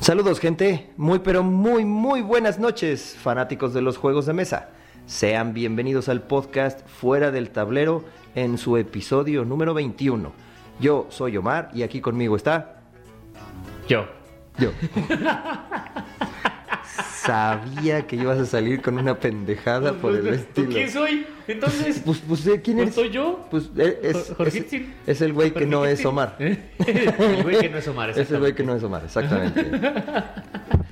Saludos gente, muy pero muy muy buenas noches fanáticos de los juegos de mesa. Sean bienvenidos al podcast Fuera del Tablero en su episodio número 21. Yo soy Omar y aquí conmigo está Yo. yo. Sabía que ibas a salir con una pendejada por el ¿Tú estilo. ¿Quién soy? Entonces, Pues, pues, ¿eh? ¿quién ¿No eres? soy yo? Pues, eh, es, Jo- Jorge ¿Eh? es- Itzin. es el güey que no es Omar. el güey que no es Omar, Es el güey que no es Omar, exactamente.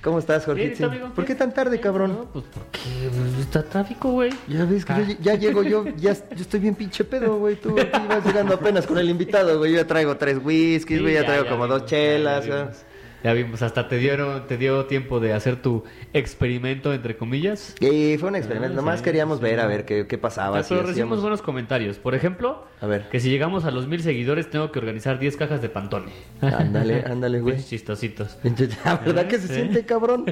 ¿Cómo estás, Jorge? Bien, ¿y tú, Itzin? amigo? ¿Por qué Bien. tan tarde, cabrón? No, Ah. pues porque está tráfico, güey. Ya ves que yo, lle- ya llego yo, ya yo estoy bien pinche pedo, güey. Tú aquí vas llegando apenas con el invitado, güey. Yo ya traigo tres whiskies, Sí, güey, ya, ya, traigo ya como vimos, dos ya, chelas. Ya, güey. vimos. Ya vimos, hasta te dieron, te dio tiempo de hacer tu experimento entre comillas. Y fue un experimento, Ah, nomás sí, queríamos sí. ver a ver qué, qué pasaba. Ya, si pero Ah, hacíamos- recibimos buenos comentarios. Por ejemplo, A ver. que si llegamos a los mil seguidores tengo que organizar 10 cajas de pantone. Ándale, ándale, güey. Pinches Chistositos. La verdad que se Sí. siente cabrón.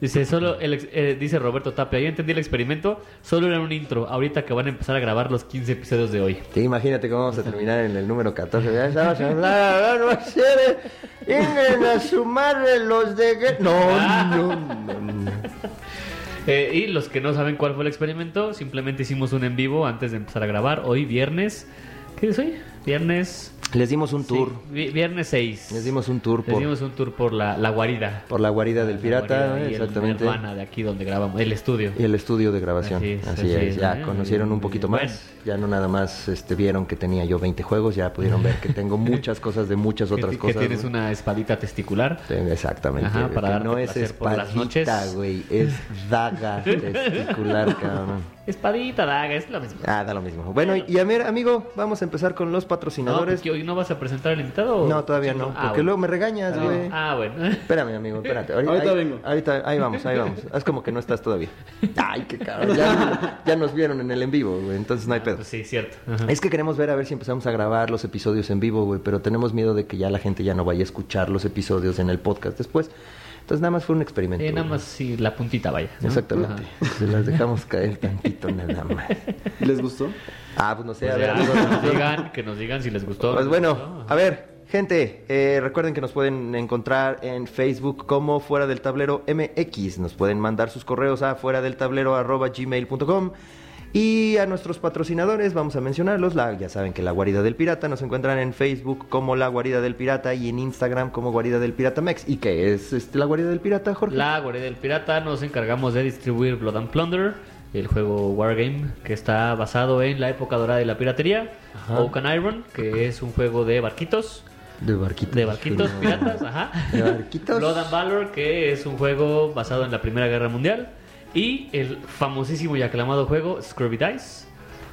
Dice, solo el ex- eh, dice Roberto Tapia, ya entendí el experimento, solo era un intro, ahorita que van a empezar a grabar los 15 episodios de hoy. Sí, imagínate cómo vamos a terminar en el número 14. Ya estamos hablando, no sé, Ingren a su madre los de... que- No, no, no, no. Eh, y los que no saben cuál fue el experimento, simplemente hicimos un en vivo antes de empezar a grabar, hoy viernes, ¿qué es hoy? Viernes... Les dimos un tour. sí, vi- viernes 6. Les dimos un tour Les por, dimos un tour por la, la guarida. por la guarida del La pirata, guarida ¿eh? y el exactamente. Nirvana de aquí donde grabamos, el estudio. Y el estudio de grabación. Así Así es, es, así es, ya ¿eh? conocieron un poquito más. Bueno. Ya no nada más este, vieron que tenía yo 20 juegos, ya pudieron ver que tengo muchas cosas de muchas otras que, cosas. que tienes ¿no? una espadita testicular. Sí, Exactamente. Ajá, que para darte no es placer por las noches. espadita, güey, es daga testicular, cabrón. Espadita, daga, es lo mismo. Ah, da lo mismo. Bueno, y a ver, amigo, vamos a empezar con los No, patrocinadores. porque hoy no vas a presentar al invitado. No, ¿o? todavía no, Ah, porque bueno. luego me regañas, güey. Ah, bueno. Espérame, amigo, espérate. Ahorita, Ahorita ahí- vengo. Ahorita, ahí vamos, ahí vamos. Haz como que no estás todavía. Ay, qué cabrón. Ya, ya nos vieron en el en vivo, güey, entonces no hay pedo. Pues sí, cierto. Ajá. Es que queremos ver a ver si empezamos a grabar los episodios en vivo, güey, pero tenemos miedo de que ya la gente ya no vaya a escuchar los episodios en el podcast después. Entonces nada más fue un experimento. Eh, nada güey. más si la puntita vaya. ¿no? Exactamente. Ajá. Se las dejamos caer tantito nada más. ¿Les gustó? Ah, pues no sé, Pues a ver, ya, amigo, que nos digan, que nos digan si les gustó. Pues les bueno, gustó. a ver, gente, eh, recuerden que nos pueden encontrar en Facebook como Fuera del Tablero MX. Nos pueden mandar sus correos a fuera del tablero arroba gmail.com. Y a nuestros patrocinadores, vamos a mencionarlos. La, ya saben que La Guarida del Pirata nos encuentran en Facebook como La Guarida del Pirata y en Instagram como Guarida del Pirata Mex. ¿Y qué es este, La Guarida del Pirata, Jorge? La Guardia del Pirata nos encargamos de distribuir Blood and Plunder, el juego Wargame que está basado en la época dorada de la piratería. Ajá. Oak and Iron, que es un juego de barquitos. De barquitos. De barquitos No. piratas, ajá. De barquitos. Blood and Valor, que es un juego basado en la Primera Guerra Mundial. Y el famosísimo y aclamado juego Scrubby Dice,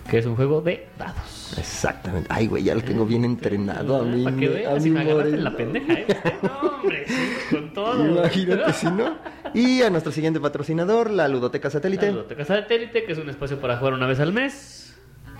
que es un juego de dados. Exactamente. Ay, güey, ya lo tengo bien entrenado a mí. Para que veas, a si mi me agarraste en moreno. la pendeja, ¿eh? No, hombre, sí, con todo. Imagínate si no. Y a nuestro siguiente patrocinador, la Ludoteca Satélite. Ludoteca Satélite, que es un espacio para jugar una vez al mes.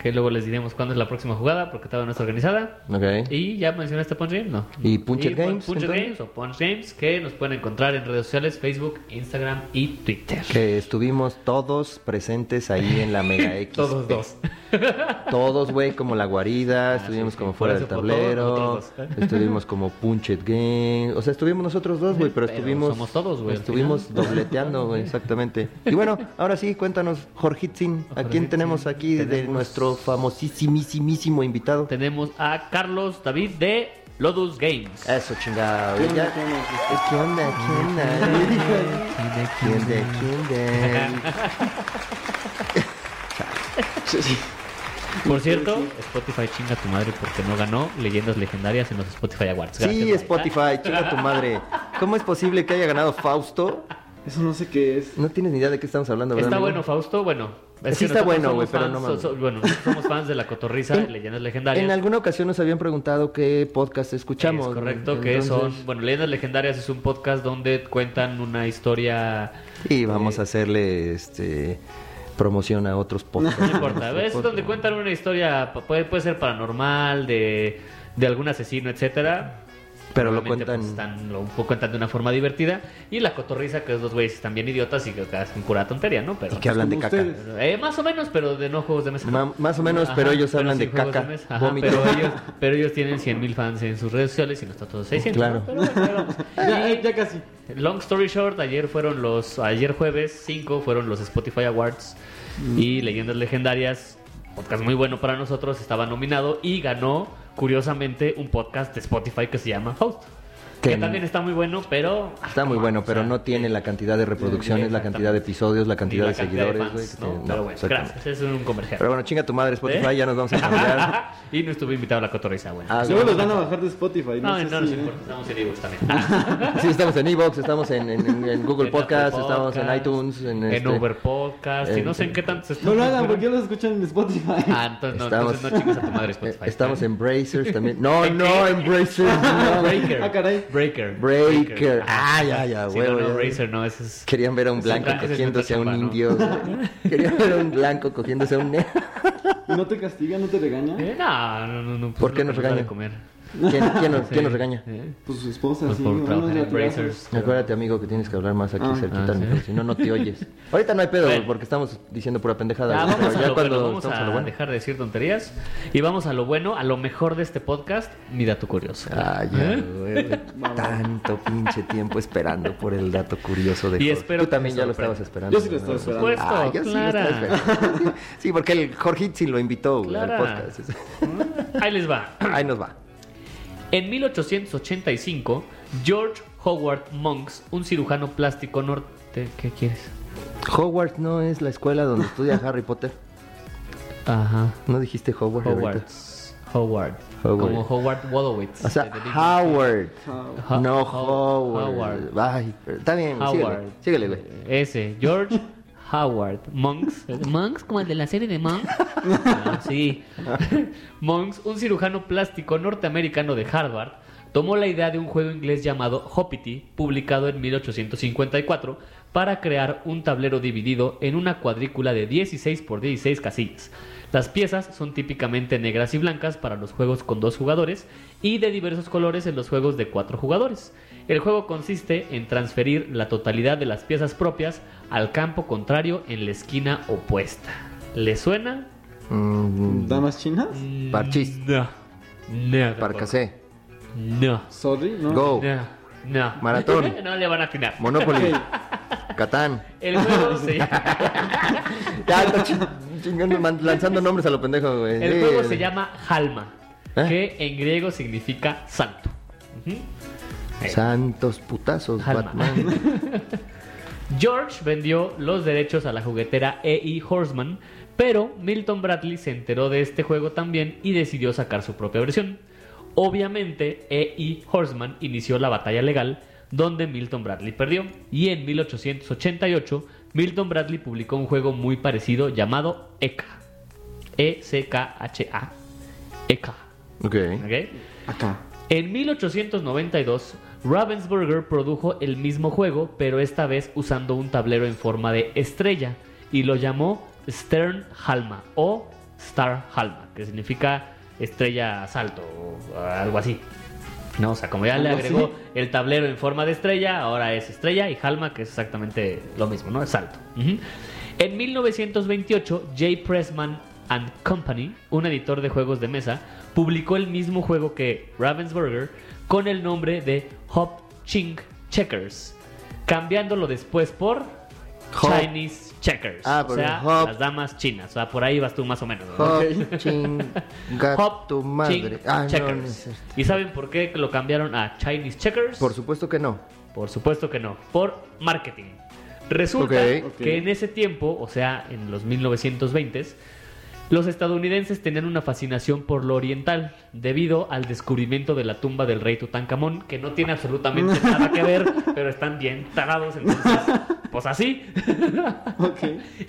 Que luego les diremos cuándo es la próxima jugada, porque todavía no está organizada. Ok. Y ya mencionaste Punch Games, ¿no? ¿Y Punch It Pun- Games, Punch It entonces? Games o Punch Games, que nos pueden encontrar en redes sociales, Facebook, Instagram y Twitter. Que estuvimos todos presentes ahí en la Mega X. Todos dos. Ah, Todos, güey, como la guarida, estuvimos sí, sí. como Por fuera eso, del por todos ¿eh? tablero, nosotros dos. estuvimos como Punchet Game, o sea, estuvimos nosotros dos, güey, pero, Pero estuvimos... somos todos, güey, al Estuvimos dobleteando, güey, exactamente. Y bueno, ahora sí, cuéntanos, Jorgitzin, ¿a quién Jorgitzin, tenemos aquí de tenemos- nuestro famosísimísimo invitado? Tenemos a Carlos David de Lodus Games. Eso, chingada, ¿Qué güey. onda, ya- qué onda? Es que onda, ¿qué onda? ¿Quién de quién de? Por cierto, Spotify chinga tu madre porque no ganó Leyendas Legendarias en los Spotify Awards. Gracias, Sí, Mike. Spotify, chinga tu madre. ¿Cómo es posible que haya ganado Fausto? Eso no sé qué es. No tienes ni idea de qué estamos hablando, ¿verdad? Está amigo? bueno, Fausto, bueno. Sí está nosotros bueno, somos güey, pero fans, no mames. so- so- bueno, somos fans de la cotorriza, En- leyendas legendarias. En alguna ocasión nos habían preguntado qué podcast escuchamos. Es correcto, güey. que Entonces- son, bueno, leyendas legendarias es un podcast donde cuentan una historia. Y vamos a hacerle este promoción a otros podcasts. Eh, No importa, es donde cuentan una historia, pa- puede, puede ser paranormal, de, de algún asesino, etcétera. Pero lo Obviamente, cuentan- pues, están, lo un- cuentan de una forma divertida. Y la cotorriza, que es los güeyes están bien idiotas y que hacen pura tontería, ¿no? Pero. Y que hablan de como caca. ustedes. Eh, más o menos, pero de no juegos de mesa. Ma- más o menos, pero ellos hablan de juegos caca, mesa. Ajá, vómito. pero, ellos, pero ellos tienen 100 mil fans en sus redes sociales y nosotros todos 600. Oh, Claro. ¿no? Pero bueno, ahí vamos. Ya, Y- eh, ya casi. Long story short, ayer fueron los, ayer jueves 5 fueron los Spotify Awards y Mm. Leyendas Legendarias, podcast muy bueno para nosotros, estaba nominado y ganó curiosamente un podcast de Spotify que se llama Host, que, Que- también está muy bueno, pero ah, Está muy bueno, pero no tiene la cantidad de reproducciones, la cantidad de episodios, la cantidad de seguidores, güey, que tiene. No, pero bueno, exactamente. gracias, es un comercial. Pero bueno, chinga tu madre Spotify, ¿Eh? ya nos vamos a cambiar. y no estuve invitado a la cotorriza, bueno. Ah, Luego los van a bajar de no, Spotify. no, No, sé nos si- importa, estamos en Evox también. Ah, Sí, estamos en Evox, estamos en, en- en Google En Apple Podcast, estamos en Podcast, iTunes, en, en este- Uber Podcast, y en- no sé en qué tantos No estamos. lo hagan porque no los escuchan en Spotify. Ah, entonces no, Estamos- entonces no chingues a tu madre Spotify. eh, Estamos en Brazers también. No, ¿En no, qué? en Brazers. no. Breaker. Ah, caray. Breaker. Breaker. Ajá. Ah, ya, ya, Sí, huevo. no, no, ya. Razer no, ese es... Querían ver a un Esa es blanco otra- esa es cogiéndose a un otra chamba, indio. güey. Querían ver a un blanco cogiéndose a un negro. ¿Y no te castiga, no te regaña? Eh, no, no, no, no. pues ¿Por no qué nos nos da regaña? de comer. ¿Quién, quién nos, Sí. quién nos regaña? Eh, Pues su esposa, Pues sí. por unos trabajar en latigazos. Brazers. Acuérdate, amigo, que tienes que hablar más aquí Ah. cerquita Ah, al sí. micrófono, si no, no te oyes. Ahorita no hay pedo, Bueno. porque estamos diciendo pura pendejada. Ah, güey, vamos pero a ya lo cuando bueno, vamos estamos a a lo bueno. dejar de decir tonterías y vamos a lo bueno, a lo mejor de este podcast, mi dato curioso. Ay, ya, ¿Eh? güey. Tanto pinche tiempo esperando por el dato curioso de Y Jorge. espero Tú también que ya lo sorprenda. estabas esperando. Yo sí lo estaba ¿no? esperando. Por supuesto, Ah, yo sí lo Clara. estaba esperando. Sí, porque el Jorge sí lo invitó güey, al Clara. podcast. Ahí les va. Ahí nos va. En 1885, George Howard Monks, un cirujano plástico norte... ¿Qué quieres? Hogwarts no es la escuela donde estudia Harry Potter. Ajá. No dijiste Hogwarts. Howard. ahorita? Howard. Howard. Como Howard Wallowitz. O sea, de The Big Howard. Ah, Ho- No, Ho- Howard. Howard. Ay, pero está bien, Howard. Eh, síguele. Síguele, güey. Ese, George Howard. Monks. Monks, como el de la serie de Monks. Ah, sí. Monks, un cirujano plástico norteamericano de Harvard, tomó la idea de un juego inglés llamado Hoppity, publicado en 1854, para crear un tablero dividido en una cuadrícula de 16 por 16 casillas. Las piezas son típicamente negras y blancas para los juegos con dos jugadores y de diversos colores en los juegos de cuatro jugadores. El juego consiste en transferir la totalidad de las piezas propias al campo contrario en la esquina opuesta. ¿Le suena? Mm, ¿Damas chinas? Parchís. No. No. Parcasé. No. Sorry, ¿no? Go. No. No. Maratón. no le van a atinar. Monopoly. Ok. Catán. El juego se llama, Ya está chi- chingando, man- lanzando nombres a lo pendejo, güey. el Sí, juego el- se llama Halma, ¿Eh? que en griego significa santo. Ujú. Santos putazos, Alma. Pues Batman. George vendió los derechos a la juguetera E.E. Horseman, pero Milton Bradley se enteró de este juego también y decidió sacar su propia versión. Obviamente, E.E. Horseman inició la batalla legal donde Milton Bradley perdió y en 1888 Milton Bradley publicó un juego muy parecido llamado E ECA. E-C-K-H-A. ECA. Ok. E ¿ok? Acá. En 1892, Ravensburger produjo el mismo juego, pero esta vez usando un tablero en forma de estrella y lo llamó Stern Halma o Star Halma, que significa estrella salto o algo así. No, o sea, como ya le Algo así. agregó el tablero en forma de estrella, ahora es estrella y Halma, que es exactamente lo mismo, ¿no? Es salto. Ujú. En 1928, J. Pressman and Company, un editor de juegos de mesa, publicó el mismo juego que Ravensburger con el nombre de Hop Ching Checkers, cambiándolo después por Hop. Chinese Checkers. Ah, o porque sea, Hop. las damas chinas. O sea, por ahí vas tú más o menos. ¿no? Hop, chinga Hop tu Ching madre. Ah, no, no es Checkers. cierto. ¿Y saben por qué lo cambiaron a Chinese Checkers? Por supuesto que no. Por supuesto que no, por marketing. Resulta Ok. Ok. que en ese tiempo, o sea, en los 1920s, los estadounidenses tenían una fascinación por lo oriental debido al descubrimiento de la tumba del rey Tutankamón, que no tiene absolutamente nada que ver, pero están bien tarados, entonces, pues así. Ok.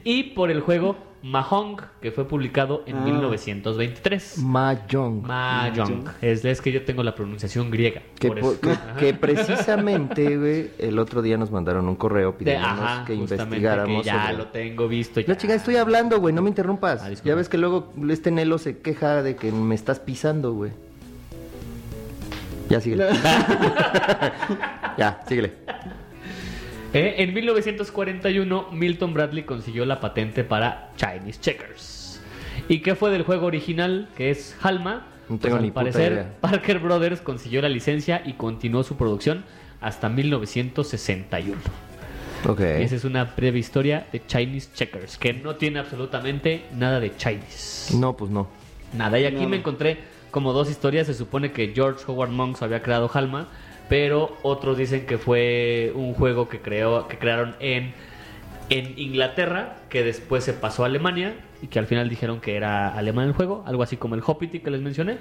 Y por el juego Mahong, que fue publicado en Ah. 1923. Mahjong. Mahjong. Mahjong. Es, es que yo tengo la pronunciación griega. Que, por po- eso. que- Ajá. que precisamente, güey, el otro día nos mandaron un correo De- pidiéndonos ajá, que justamente, investigáramos. que ya sobre- lo tengo visto. Ya. No, chica, estoy hablando, güey, no me interrumpas. Ah, disculpa. ya ves que luego este Nelo se queja de que me estás pisando, güey. Ya, síguele. ya, síguele. Eh, En 1941, Milton Bradley consiguió la patente para Chinese Checkers. ¿Y qué fue del juego original, que es Halma? Pues No tengo al ni puta parecer, idea. Parker Brothers consiguió la licencia y continuó su producción hasta 1961. Ok. Y esa es una breve historia de Chinese Checkers, que no tiene absolutamente nada de Chinese. No, pues no. Nada, y aquí Nada. me encontré como dos historias. Se supone que George Howard Monks había creado Halma, pero otros dicen que fue un juego que, creó, que crearon en, en Inglaterra, que después se pasó a Alemania y que al final dijeron que era alemán el juego, algo así como el Hoppity que les mencioné.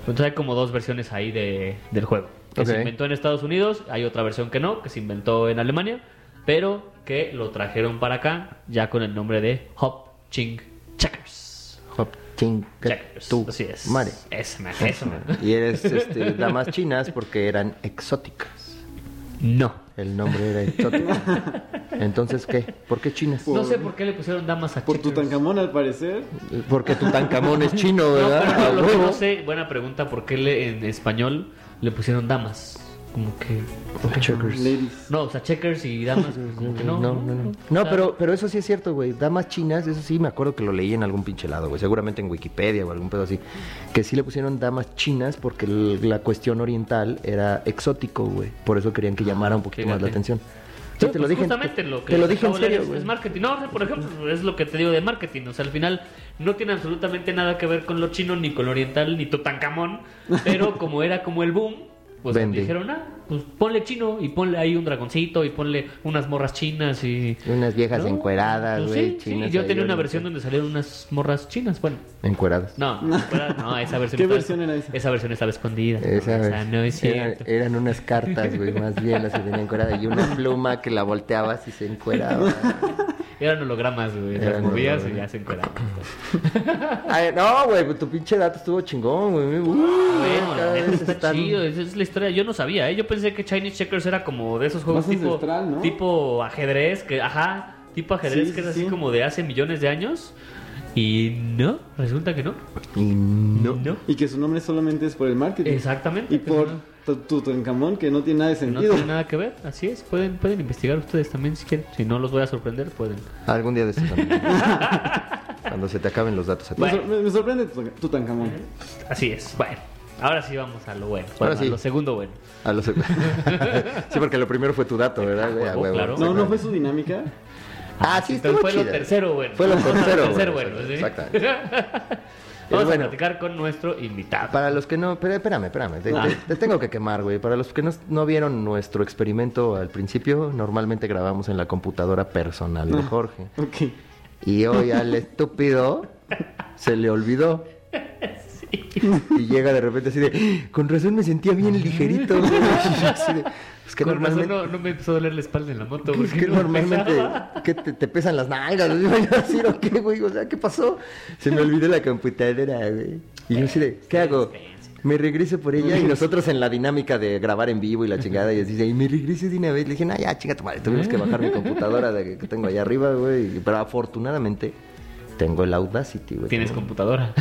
Entonces hay como dos versiones ahí de- del juego. Que Ok. se inventó en Estados Unidos, hay otra versión que no, que se inventó en Alemania, pero que lo trajeron para acá ya con el nombre de Hop Ching Checkers. Hop, ching, que Checkers. tú, Así es. Mare. Eso, man, eso, man. Y eres este, damas chinas porque eran exóticas. No. El nombre era exótico. Entonces, ¿qué? ¿Por qué chinas? No sé por qué le pusieron damas a Por Checkers. Tutankamón, al parecer. Porque Tutankamón es chino, No, ¿verdad? pero A lo que Ah, huevo. no sé, buena pregunta, ¿por qué le- en español le pusieron damas? Como que... ¿por qué no? Checkers. Ladies. No, o sea, checkers y damas, como que no. No, no, no. O No, sea, pero, pero eso sí es cierto, güey. Damas chinas, eso sí me acuerdo que lo leí en algún pinche lado, güey. Seguramente en Wikipedia o algún pedo así. Que sí le pusieron damas chinas porque el- la cuestión oriental era exótico, güey. Por eso querían que llamara un poquito más la Ah, Fíjate. atención. Sí, Sí, te pues lo dije. en- justamente lo que te lo les dije en acabo de leer serio, es- güey. Es marketing. No, o sea, por ejemplo, es lo que te digo de marketing. O sea, al final no tiene absolutamente nada que ver con lo chino, ni con lo oriental, ni Tutankamón. Pero como era como el boom, pues Vende. dijeron, ah, pues ponle chino y ponle ahí un dragoncito y ponle unas morras chinas y. Y Unas viejas ¿no? encueradas, Pues güey. sí, sí, chinas Yo ahí, tenía una güey. versión donde salieron unas morras chinas. Bueno, Encueradas. no, no, no, esa versión. ¿Qué estaba- versión era esa? Esa versión estaba escondida. Esa no, o sea, vez. no es Eran- cierto. eran unas cartas, güey, más bien las que tenía encuerada. Y una pluma que la volteabas y se encueraba. Eran hologramas, güey. Las Eran movías y hologramas. ya se encueraban. Ay, no, güey, pues tu pinche dato estuvo chingón, güey. Me- uh, Ah, Bueno, la cada neta vez está están- chido, esa es la historia. Yo no sabía, ¿eh? Yo pensé que Chinese Checkers era como de esos juegos Más tipo, ancestral, ¿no? tipo ajedrez, que, ajá, tipo ajedrez Sí, que es sí, así sí. como de hace millones de años. Y no, resulta que no. Y no. No. Y que su nombre solamente es por el marketing. Exactamente. Y que no- por tu- Tutankamón, que no tiene nada de no sentido. tiene nada que ver, así es. Pueden, pueden investigar ustedes también si quieren. Si no los voy a sorprender, pueden. Algún día de estos también. Cuando se te acaben los datos a ti. Me, sor- me- me sorprende Tutan- Tutankamón. ¿Eh? Así es. Bueno, ahora sí vamos a lo bueno. Ahora bueno, sí. A lo segundo bueno. A los- sí, porque lo primero fue tu dato, ¿verdad, güey? A huevo, huevo. Oh, claro. No, no fue su dinámica. Ah, sí, Entonces estuvo fue lo chida. tercero bueno. Fue lo tercero, tercero bueno, bueno, sí. exactamente. Pero Vamos bueno. a platicar con nuestro invitado. Para los que no, pero espérame, espérame, te, te- te tengo que quemar, güey. Para los que no, no vieron nuestro experimento al principio, normalmente grabamos en la computadora personal Mm. de Jorge. Ok. Y hoy al estúpido se le olvidó. Y llega de repente así de, con razón me sentía bien ligerito. güey". Así de, es que Con normalmente... razón no, no me empezó a doler la espalda en la moto. es porque que no normalmente pesaba. que te, te pesan las nalgas, ¿no? Yo iba a decir, ¿o qué, güey? O sea, ¿qué pasó? Se me olvidó la computadora, güey. Y yo así de, ¿qué hago? Me regreso por ella y nosotros en la dinámica de grabar en vivo y la chingada y así dice, y me regreso de una vez. Le dije, nah, ya, chinga tu madre, tuvimos que bajar mi computadora de- que tengo allá arriba, güey. Pero afortunadamente tengo el Audacity, güey. Tienes Tengo- computadora.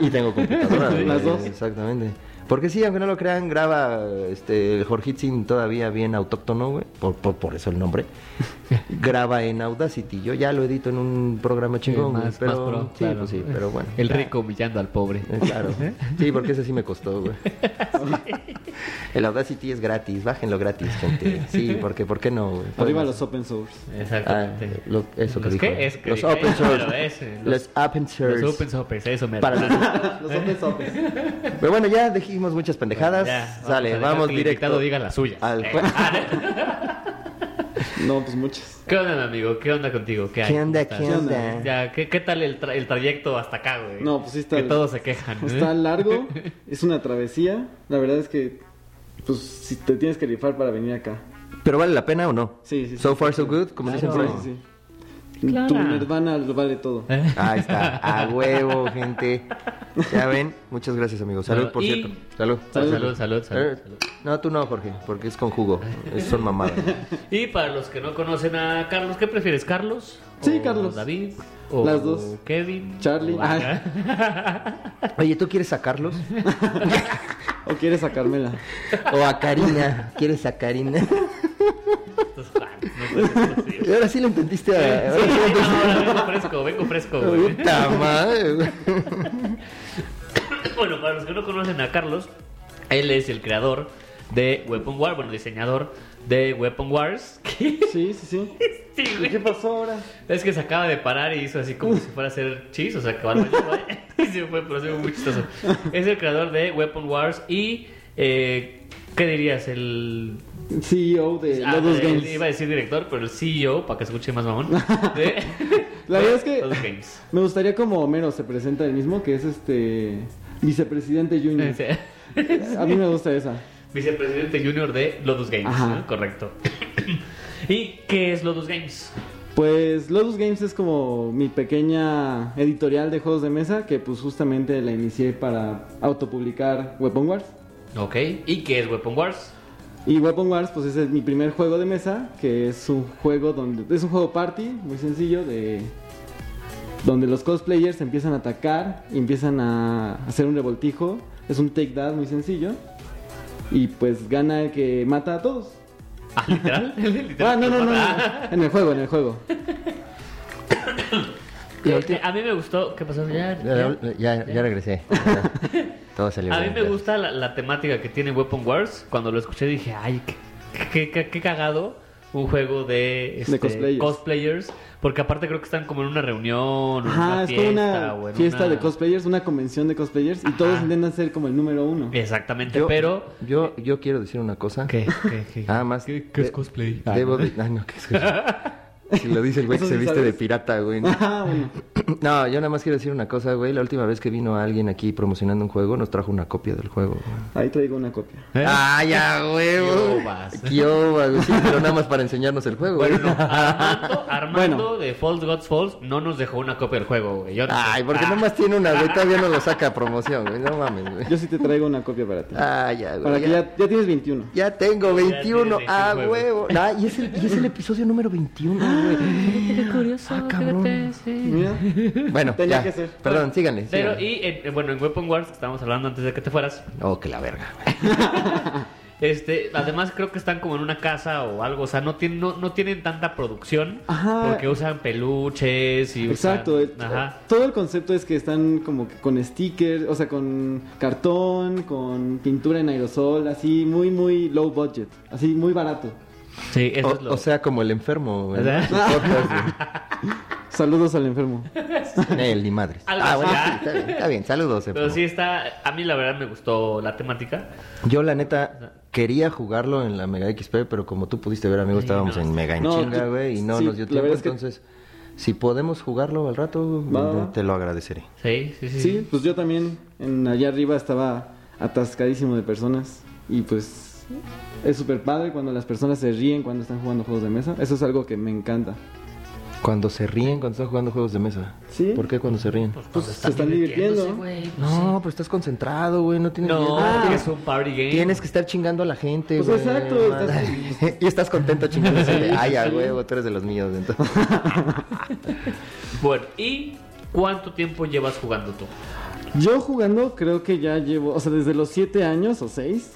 y tengo computadora. güey. Las dos. Exactamente. Porque sí, aunque no lo crean, graba este, el Jorgitsin todavía bien autóctono, güey. Por, por, por eso el nombre. Graba en Audacity. Yo ya lo edito en un programa chingón. güey, Más- pero, más pro, sí, claro. pues sí, pero bueno. El rico humillando al pobre. Eh, Claro. Sí, porque ese sí me costó, güey. El Audacity es gratis. Bájenlo gratis, gente. Sí, porque, ¿por qué no, güey? Arriba Podemos- los open source. Exactamente. Ah, lo- eso que ¿Los dijo. qué? Es que Los dije, open source. pero ese, los- Los open source. Los open source, pues, eso me Para los- Los open source. Pero bueno, ya dijimos muchas pendejadas. Sale, a dejar vamos que el directo. invitado diga las suyas. al Eh, jue- No, pues muchas. ¿Qué onda, mi amigo? ¿Qué onda contigo? ¿Qué, hay? ¿Qué onda? ¿Cómo ¿Qué estás? onda? Ya, ¿qué, qué tal el, tra- el trayecto hasta acá, güey? No, pues sí está- Que todos se quejan. ¿eh? Está largo, es una travesía. La verdad es que, pues, si te tienes que rifar para venir acá. Pero vale la pena o no? Sí, sí, sí. So far so good, como Claro. dicen por Sí, ahí. sí, sí. Clara. Tu nirvana lo vale todo. ¿Eh? Ahí está, a huevo, gente. Ya ven, muchas gracias, amigos. Salud, Bueno, por y- cierto. Salud. Salud, salud, salud, salud, Eh, No, tú no, Jorge, porque es con jugo. Es- Son mamadas. Y para los que no conocen a Carlos, ¿qué prefieres, Carlos? Sí, ¿O Carlos. David. O Las dos. Kevin. Charlie. o acá? Oye, ¿tú quieres sacarlos? ¿O quieres a Carmela? O a Karina. ¿Quieres a Karina? Estos fans, no puede ser Y posible. ahora sí lo entendiste. a- ahora Sí, sí lo no, entendiste. ahora vengo fresco, vengo fresco, güey. Puta madre, güey. Bueno, para los que no conocen a Carlos, él es el creador de Weapon War, bueno, diseñador de Weapon Wars. ¿Qué? Sí, sí, sí. Sí, ¿Y güey. qué pasó ahora? Es que se acaba de parar y hizo así como si fuera a hacer chis, o sea, que va al baño, güey. Y se fue, pero se fue muy chistoso. Es el creador de Weapon Wars y. eh, ¿Qué dirías? El. CEO E de ah, Lodos el- Games. Iba a decir director, pero el CEO, para que escuche más mamón. de- La verdad es que- Lodos Games. Me gustaría como Homero se presenta el mismo, que es este vicepresidente junior. Ese- A mí me gusta esa. Vicepresidente Junior de Lodos Games, Ajá. ¿no? correcto. ¿Y qué es Lodos Games? Pues Lotus Games es como mi pequeña editorial de juegos de mesa que pues justamente la inicié para autopublicar Weapon Wars. Ok, ¿y qué es Weapon Wars? Y Weapon Wars pues ese es mi primer juego de mesa, que es un juego donde es un juego party muy sencillo de donde los cosplayers empiezan a atacar, y empiezan a hacer un revoltijo, es un take that muy sencillo y pues gana el que mata a todos. Ah, literal. ¿Literal? Ah, no, no, no, no. Ah, en el juego, en el juego. eh, eh, a mí me gustó. ¿Qué pasó? Ya, ya. Ya, ya- ya regresé. Todo salió A mí bien, me gracias. gusta la, la temática que tiene Weapon Wars. Cuando lo escuché dije, ay, qué, qué- qué- qué cagado un juego de, este, cosplayers. cosplayers", Porque aparte creo que están como en una reunión, o en Ajá, una es fiesta, como una o en fiesta de una- cosplayers, una convención de cosplayers y todos Ajá. Eh. intentan ser como el número uno. Exactamente, Yo, pero... yo, yo quiero decir una cosa. ¿Qué? ¿Qué? ¿Qué? Nada más. ¿Qué, qué es cosplay? Ah, Debo ¿no? de- ay, no, ¿qué es cosplay? Si lo dice el güey que Eso se sí viste de sabes. pirata, güey. ¿no? Ajá, bueno. No, yo nada más quiero decir una cosa, güey. La última vez que vino alguien aquí promocionando un juego, nos trajo una copia del juego. güey. Ahí traigo una copia. ¿Eh? Ah, ya, güey. Kiobas. Kiobas, güey. Sí, pero nada más para enseñarnos el juego, Bueno, güey. no, Armando, Armando Bueno. de False Gods Falls no nos dejó una copia del juego, güey. Yo no sé. Ay, porque Ah, nomás tiene una, güey. Todavía no lo saca a promoción, güey. No mames, güey. Yo sí te traigo una copia para ti. Ah, ya, güey. para que ya, ya tienes 21. Ya tengo 21, tienes ah, 21 huevo. Ah, y es el, y es el episodio número 21, güey. Qué curioso, Ah, cabrón. fíjate, sí. Mira. Ah. Bueno, Tenía ya. que ser. Perdón, síganle. Ah, Pero, síganle. y en- bueno, en Weapon Wars, que estábamos hablando antes de que te fueras, Oh, que la verga. este, además creo que están como en una casa o algo, o sea, no tienen, no, no tienen tanta producción Ajá. porque usan peluches y usan- Exacto. el- ajá. Todo el concepto es que están como que con stickers, o sea, con cartón, con pintura en aerosol, así muy, muy low budget, así muy barato. Sí, eso es O, lo... o sea, como el enfermo. güey. ¿Verdad? Sus fotos, Saludos al enfermo. güey. Él, ni madre. Algo Ah, así. bueno, sí, está bien, está bien. Saludos, pero enfermo. sí está, a mí la verdad me gustó la temática. Yo, la neta, quería jugarlo en la Mega XP, pero como tú pudiste ver, amigo, Sí, estábamos no. en Mega en No, chinga, tú- güey, y no sí, nos dio la tiempo. verdad es que- Entonces, si podemos jugarlo al rato, Va. te lo agradeceré. Sí, sí, sí. Sí, pues yo también en allá arriba estaba atascadísimo de personas y pues es súper padre cuando las personas se ríen cuando están jugando juegos de mesa. Eso es algo que me encanta. Cuando se ríen, cuando están jugando juegos de mesa. ¿Sí? ¿Por qué cuando se ríen? Pues se están divirtiendo. güey. No, pero estás concentrado, güey. No tienes No, miedo. porque Ah. tienes, es un party game. tienes que estar chingando a la gente, Pues güey. exacto, madre. estás- y estás contento chingándose. Ay, a huevo, tú eres de los míos. Entonces. Bueno, ¿y cuánto tiempo llevas jugando tú? Yo jugando creo que ya llevo, o sea, desde los 7 años o 6,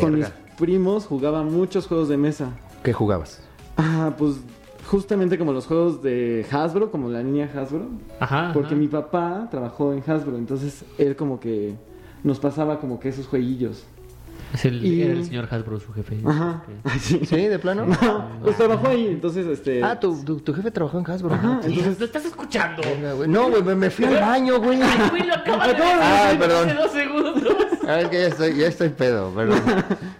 con mis Verga. primos jugaba muchos juegos de mesa. ¿Qué jugabas? Ah, pues justamente como los juegos de Hasbro, como la niña Hasbro, Ajá. porque mi papá trabajó en Hasbro, entonces él como que nos pasaba como que esos jueguillos. Es el, y- Era el señor Hasbro, su jefe. Ajá. Sí. ¿Sí, de plano? Pues trabajó ahí, entonces este. Ah, tu, tu, tu jefe trabajó en Hasbro. Ajá, entonces. ¿Lo estás escuchando? Verga, güey. No, güey, me, me fui al baño, güey. Ay, güey, lo acabas de Acabo de decir decir. perdón. hace dos segundos. Ah, es que ya estoy, ya estoy pedo, perdón.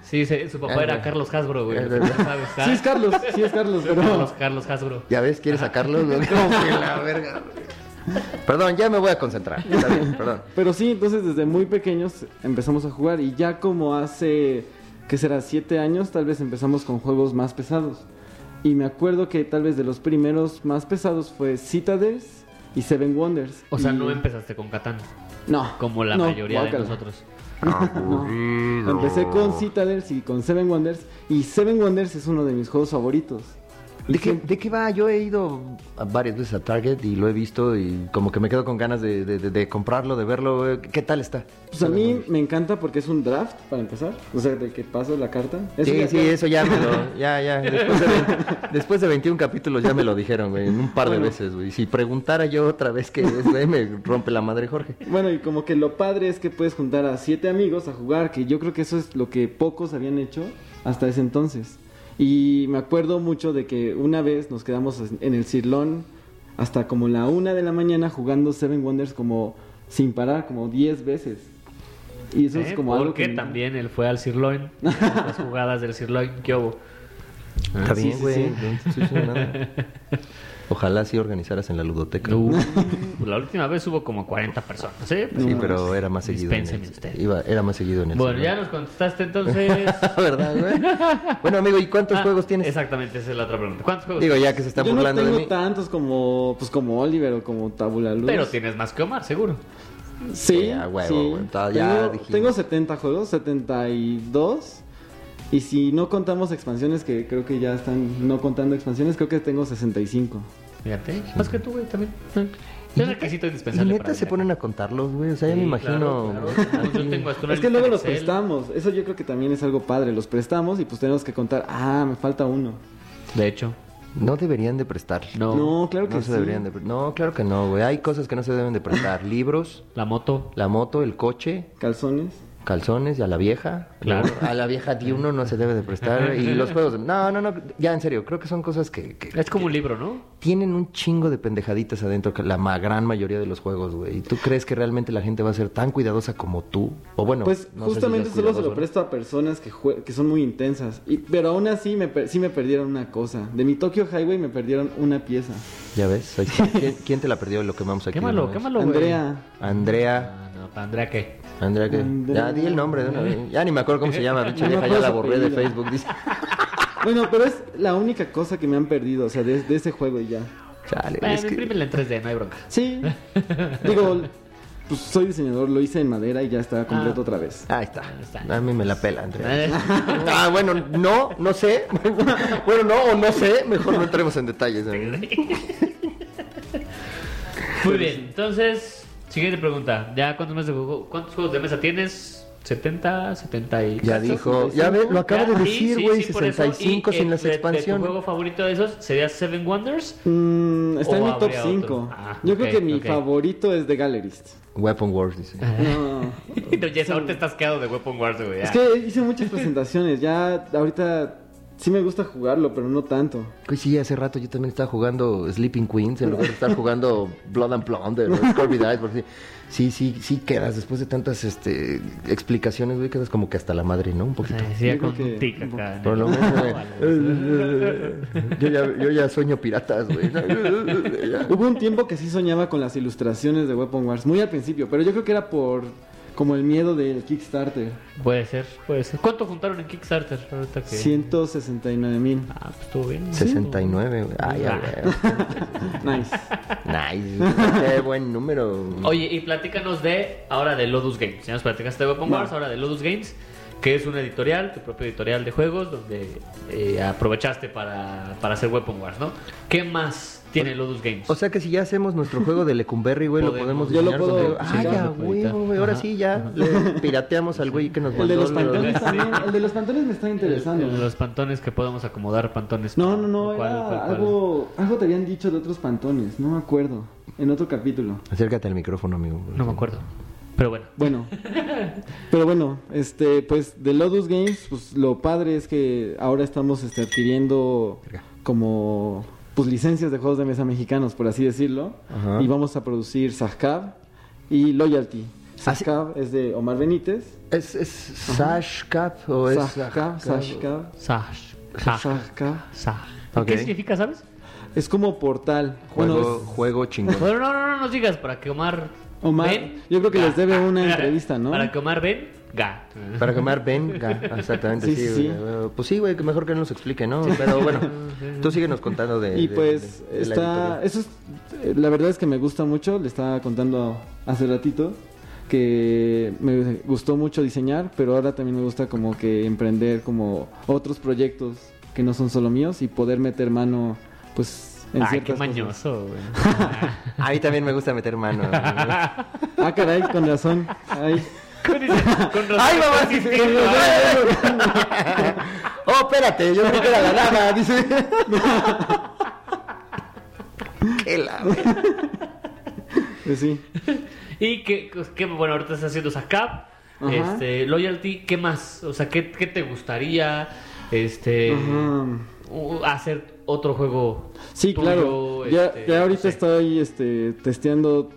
Sí, se- su papá Ay, era güey. Carlos Hasbro, güey. Ay, lo que güey. no sabes, ¿ah? Sí, es Carlos, sí es Carlos, Carlos, pero. Carlos Hasbro. ¿Ya ves? ¿Quieres sacarlo? güey? Como que la verga. Perdón, ya me voy a concentrar. Está bien, perdón. Pero sí, entonces desde muy pequeños empezamos a jugar y ya como hace, que será? Siete años, tal vez empezamos con juegos más pesados. Y me acuerdo que tal vez de los primeros más pesados fue Citadels y Seven Wonders. O sea, Y- no empezaste con Catán, No. como la no, mayoría de guácala. nosotros. No. Empecé con Citadels y con Seven Wonders. Y Seven Wonders es uno de mis juegos favoritos. ¿De qué, ¿De qué va? Yo he ido a- varias veces a Target y lo he visto y como que me quedo con ganas de, de- de- de comprarlo, de verlo. eh, ¿Qué tal está? Pues a mí me encanta porque es un draft, para empezar. O sea, de que pasas la carta. Eso sí, ya- sí, eso ya me lo... Ya, ya. Después de, ve- después de 21 capítulos ya me lo dijeron, güey, en un par de Bueno. veces, güey. Si preguntara yo otra vez qué es, güey, me rompe la madre Jorge. Bueno, y como que lo padre es que puedes juntar a siete amigos a jugar, que yo creo que eso es lo que pocos habían hecho hasta ese entonces. Y me acuerdo mucho de que una vez nos quedamos en el Cirlón hasta como la una de la mañana jugando Seven Wonders como sin parar, como diez veces. Y eso es ¿Eh? como algo Porque que... me- también él fue al Sirloin. las jugadas del Sirloin. ¿Qué hubo? Está Ah, sí, bien, sí, güey. sí. no te estoy diciendo nada. Ojalá sí organizaras en la ludoteca. Uh, la última vez hubo como 40 personas. ¿eh? Sí, pero era más seguido. en Dispénseme el- usted. iba- era más seguido en el Bueno, ya celular. nos contestaste entonces. ¿Verdad, güey? Bueno, amigo, ¿y cuántos Ah, juegos tienes? Exactamente, esa es la otra pregunta. ¿Cuántos juegos? Digo, ya que se están yo no burlando tengo de mí. tantos como pues como Oliver o como Tabula Luz. Pero tienes más que Omar, seguro. Sí, Ya, huevo, sí. güey, ta- ya tengo, dijimos. tengo 70 juegos, 72. Y si no contamos expansiones, que creo que ya están no contando expansiones, creo que tengo 65. Fíjate, más que tú, güey, también. ¿Y ¿Eh? Es neta- requisito ¿Y indispensable. neta para se vender. ponen a contarlos, güey? O sea, ya me Sí, imagino... claro, claro. Yo tengo hasta una es que lista luego en los Excel. prestamos. Eso yo creo que también es algo padre. Los prestamos y pues tenemos que contar. Ah, me falta uno. De hecho, No deberían de prestar. no. No, claro que No se sí. deberían de pre- No, claro que no, güey. Hay cosas que no se deben de prestar. Libros, La moto. la moto, el coche, Calzones. calzones y a la vieja. Claro. A la vieja de uno no se debe de prestar. Y los juegos... de- No, no, no. Ya, en serio. Creo que son cosas que... que- Es como un libro, ¿no? tienen un chingo de pendejaditas adentro, que la ma- gran mayoría de los juegos, güey. ¿Y tú crees que realmente la gente va a ser tan cuidadosa como tú? O bueno, pues no sé si justamente seas solo se cuidadoso, lo ¿no? presto a personas que, jue- que son muy intensas. Y, pero aún así me per- sí me perdieron una cosa. De mi Tokyo Highway me perdieron una pieza. Ya ves, ahí está. ¿Quién, quién te la perdió? Lo quemamos aquí. Qué de malo, una qué vez. malo, güey. Andrea. Andrea. Ah, no, ¿para Andrea qué? Andrea, ¿qué? Ya Andrea. di el nombre de una vez. Ya ni me acuerdo cómo se llama, pinche No vieja. me Ya la acuerdo su borré de apellido. Facebook. Dice. Bueno, pero es la única cosa que me han perdido, o sea, de, de ese juego y ya. Chale, Bueno, es que- imprímela en 3D, no hay bronca. Sí. Digo, pues soy diseñador, lo hice en madera y ya está Ah. completo otra vez. Ahí está. Ahí está. A mí me la pela, Andrea. Eh, Ah, bueno, no, no sé. Bueno, no, o no sé. Mejor no entremos en detalles. amigo. Muy bien, entonces, siguiente pregunta. ¿Ya cuántos, meses de juego- cuántos juegos de mesa tienes? ¿70? ¿70 y Ya cacho? dijo. Ya ve, lo acaba de Ya, decir, sí, güey. sí, sí, por eso. 65 Y, sin eh, las de- de ¿Tu expansiones. juego favorito de esos sería Seven Wonders? Mm, está ¿O en mi top habría 5. Oh, otro? Ah, Yo ok, creo que mi ok. favorito es The Gallerist. Weapon Wars, dice. No. No, Jess, ahorita estás quedado de Weapon Wars, güey. ya. Es que hice muchas presentaciones, ya ahorita sí me gusta jugarlo, pero no tanto. Pues sí, hace rato yo también estaba jugando Sleeping Queens en lugar de estar jugando Blood and Plunder o Scurvy Dice, porque sí, sí, sí quedas, después de tantas este, explicaciones, güey, quedas como que hasta la madre, ¿no? Un O sea, poquito. sería Yo creo con un que- tic acá. ¿no? Por lo menos, güey. yo, ya, yo ya sueño piratas, güey. Hubo un tiempo que sí soñaba con las ilustraciones de Weapon Wars, muy al principio, pero yo creo que era por como el miedo del Kickstarter. Puede ser, puede ser. ¿Cuánto juntaron en Kickstarter? Ahorita que... 169 mil. Ah, pues estuvo bien. 69, güey. Ay, ya, Ah. Nice. güey. Nice. güey. Qué buen número. Oye, y platícanos de ahora de Lodus Games. Ya nos platicaste de Weapon Va. Wars, ahora de Lodus Games, que es una editorial, tu propia editorial de juegos, donde eh, aprovechaste para, para hacer Weapon Wars, ¿no? ¿Qué más tiene Lodus Games? O sea que si ya hacemos nuestro juego de Lecumberri, güey, lo Podemos. podemos Yo lo diseñar contigo. puedo- sí, Ay, ya ya, lo puedo editar. güey, güey, ahora Ajá, sí ya le pirateamos al güey que nos El de mandó los lo- pantones sí. también. El de los pantones me está interesando. El- Eh, Los pantones que podemos acomodar, pantones. No, no, no. ¿Cuál, era cuál, cuál? algo, algo te habían dicho de otros pantones. No me acuerdo. En otro capítulo. Acércate al micrófono, amigo. No me acuerdo. Pero bueno. Bueno, pero bueno, este, pues de Lodus Games, pues lo padre es que ahora estamos este, adquiriendo Verga. como pues licencias de juegos de mesa mexicanos, por así decirlo, Ajá. y vamos a producir Sahkab y Loyalty. Ah, sí. Sahkab es de Omar Benítez. ¿Es, es Sash Cap o Oh, es Sahkab, Sahkab, Sash. Saj. Sahkab. Saj. Ok. ¿Qué significa, sabes? Es como portal. Juego, Bueno, es- juego chingón. Bueno, no, no, no nos digas para que Omar. Omar, ven, yo creo que ga. les debe una entrevista, ¿no? Para que Omar ven, ga. Para quemar venga, exactamente, sí, Sí, sí, güey. Pues sí, güey, que mejor que nos explique, ¿no? Pero bueno, tú síguenos contando de... Y de- pues de- de la está, editorial. eso es, eh, la verdad es que me gusta mucho, le estaba contando hace ratito que me gustó mucho diseñar, pero ahora también me gusta como que emprender como otros proyectos que no son solo míos y poder meter mano, pues, en Ay, Ah, qué ciertas cosas. mañoso, güey. A mí también me gusta meter mano. Ay, Ah, caray, con razón. Ay. Con, ese- con razón. mamá, sí, sí, sí, Oh, espérate, yo creo que era la nada, dice. Qué la... Pues sí. Y que, que, bueno, ahorita estás haciendo Zacap, Ajá. este, Loyalty, ¿qué más? O sea, ¿qué, qué te gustaría? Eh, Este, Ajá. u- hacer otro juego. Sí, tuyo, claro. ya, este, ya no ahorita sé. estoy este, testeando.